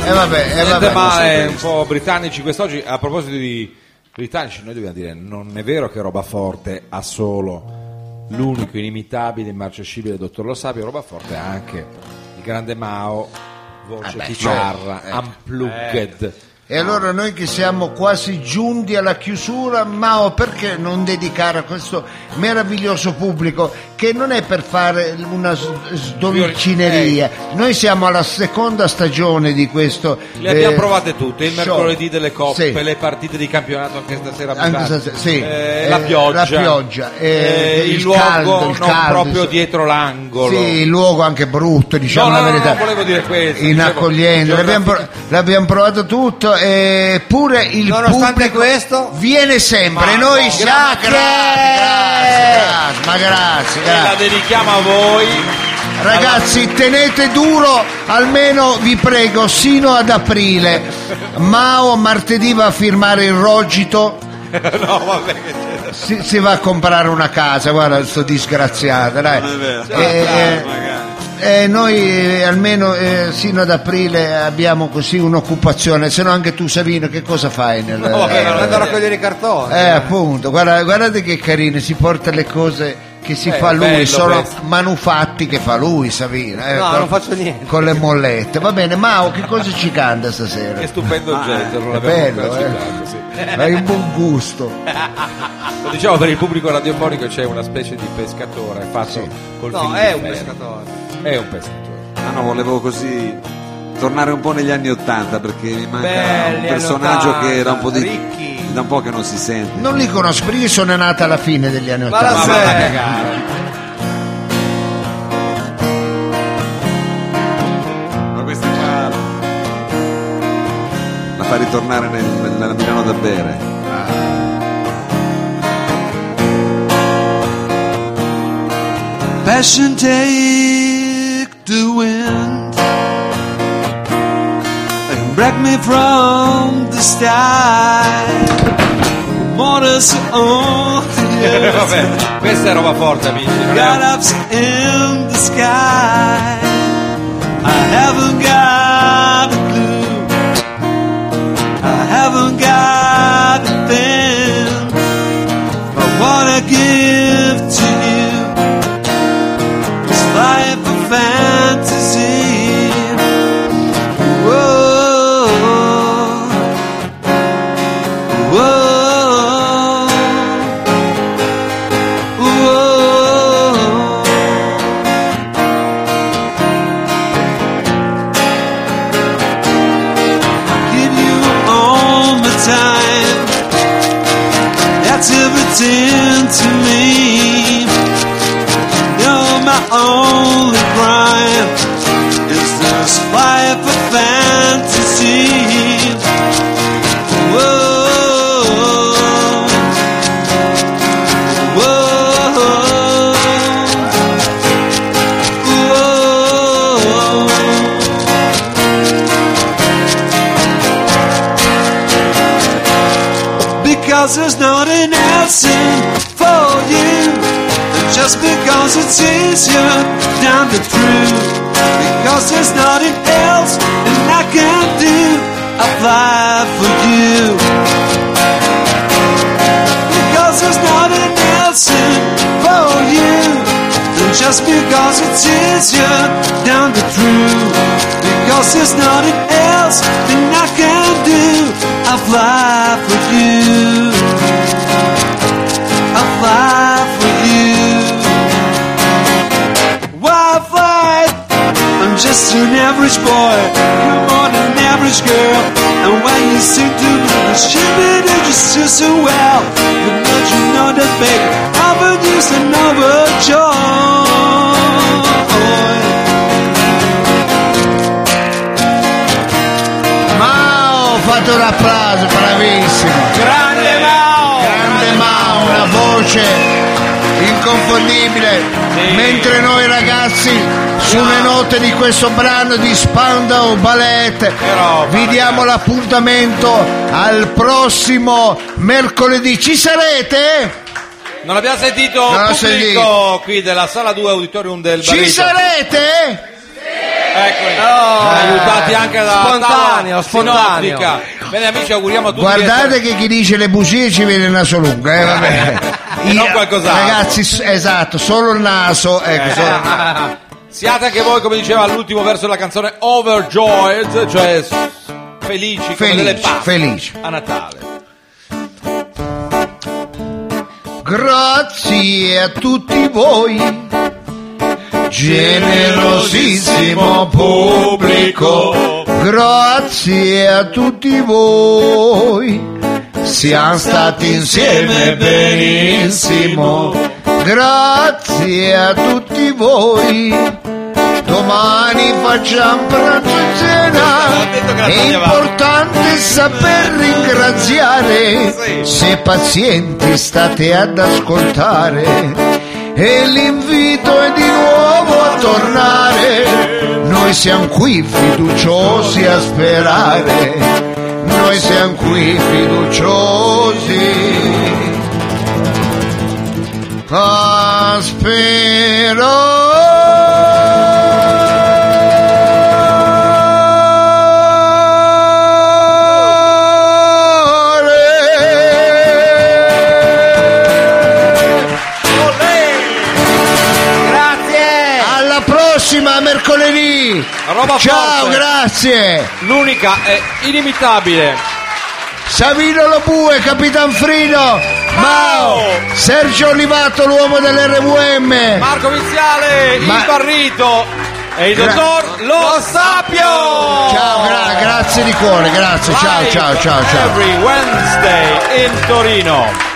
E vabbè, eh, Niente vabbè. male, un po' britannici quest'oggi. A proposito di britannici, noi dobbiamo dire: non è vero che roba forte ha solo l'unico inimitabile, immarcescibile dottor Lo Sapio, roba forte ha anche il grande Mao, voce Vabbè, chitarra, eh, certo. unplugged. E allora noi che siamo quasi giunti alla chiusura, Mao, perché non dedicare a questo meraviglioso pubblico che non è per fare una s- sdolcineria. Noi siamo alla seconda stagione di questo. eh. Le abbiamo eh, provate tutte, il show. mercoledì delle coppe, Sì. le partite di campionato anche stasera, mi Anche pare. stasera, sì. Eh, Eh, la pioggia, la pioggia, eh, Eh, il, il luogo caldo, il non caldo, proprio insomma. dietro l'angolo. Sì, il luogo anche brutto, diciamo no, la no, no, verità. non volevo dire questo. Inaccogliente, dicevo, cioè, l'abbiamo, pro- l'abbiamo provato tutto, eppure il Nonostante pubblico questo, viene sempre. Ma e noi no. siamo Grazie! grazie, grazie, ma grazie, E la grazie. dedichiamo a voi. Ragazzi, tenete duro, almeno vi prego, sino ad [laughs] aprile. Mao martedì va a firmare il rogito. [laughs] no, vabbè, che c'è. Si, si va a comprare una casa, guarda, sto disgraziato, dai. Non è vero. Eh, Ah, eh, eh, noi eh, almeno eh, sino ad aprile abbiamo così un'occupazione, se no anche tu Savino che cosa fai nel... No, vabbè, non eh, andare a raccogliere i cartoni. eh, appunto, guarda- guardate che carino, si porta le cose che si Eh, fa lui, bello sono questo. manufatti che fa lui Savino, eh, No, con, non faccio niente. con le mollette. Va bene, Mao che cosa ci canta Che stasera? stupendo oggetto, non Ah, è l'abbiamo bello, ancora eh. citato, sì. Hai un buon gusto. Lo Diciamo per il pubblico radiofonico c'è una specie di pescatore fatto col No, filo è di un ferro. pescatore. È un pescatore. Ah no, volevo così tornare un po' negli anni Ottanta perché mi manca Belli un anni personaggio 80, che era un po' di... da un po' che non si sente. Non li conosco perché sono nata alla fine degli anni la Ah, Ottanta. Ma questa qua la fa ritornare nel, nella Milano da bere. Passion take the wind and break me from the sky. Mortars on the Eh, earth, Vabbè, questa è roba forte, amici. non è- got ups in the sky. I haven't got a clue. I haven't got a thing. I wanna give to you this life of fantasy. Whoa, whoa, whoa. Give you all my time. That's everything to me. You're my only crime. Is this life a fantasy? Whoa. Whoa. Whoa. Because there's not an answer for you. And just because it's easier down the through. Because there's nothing else and I can do. I fly for you. Because there's nothing else for you. And just because it's easier down the through. Because there's nothing else that I can do. I fly for you. I fly for you. Why fly? I'm just an average boy. You're more than an average girl. And when you sing to me, the shimmy that you see so well. You know you know that, babe. I've been used another joy. Mao, fate un applauso, bravissimo. Grande Mao! Grande Mao, una voce inconfondibile. Mentre noi ragazzi sulle note di questo brano di Spandau Ballet vi diamo l'appuntamento al prossimo mercoledì. Ci sarete? Non abbiamo sentito Non ho un sentito. pubblico qui della sala 2 auditorium del Ci Barito. sarete? Eccoli. aiutati anche da spontaneo, spontaneo. Bene amici, auguriamo a tutti Guardate che chi dice le bugie ci viene il naso lungo, eh, [laughs] vabbè. E non qualcos'altro. Ragazzi, s- esatto, solo il naso, ecco, di solo- essere- Siate anche voi, come diceva l'ultimo verso della canzone Overjoyed, cioè s- felici, come delle felice, pappe felice. a Natale. Grazie a tutti voi, generosissimo pubblico. Grazie a tutti voi, siamo stati insieme benissimo. Grazie a tutti voi, domani facciamo pranzo e cena. È importante saper ringraziare, se pazienti state ad ascoltare. E l'invito è di nuovo a tornare, noi siamo qui fiduciosi a sperare, noi siamo qui fiduciosi a Grazie! Alla prossima mercoledì! Roba Ciao, forte. grazie! L'unica è inimitabile. Savino Lobue, Capitan Frino, Mao, Sergio Olivato, l'uomo dell'RVM, Marco Viziale, Ma- il Barrito, E il dottor Lo Sapio! Ciao, Grazie di cuore, grazie, ciao, ciao, ciao, ciao. Every Wednesday in Torino.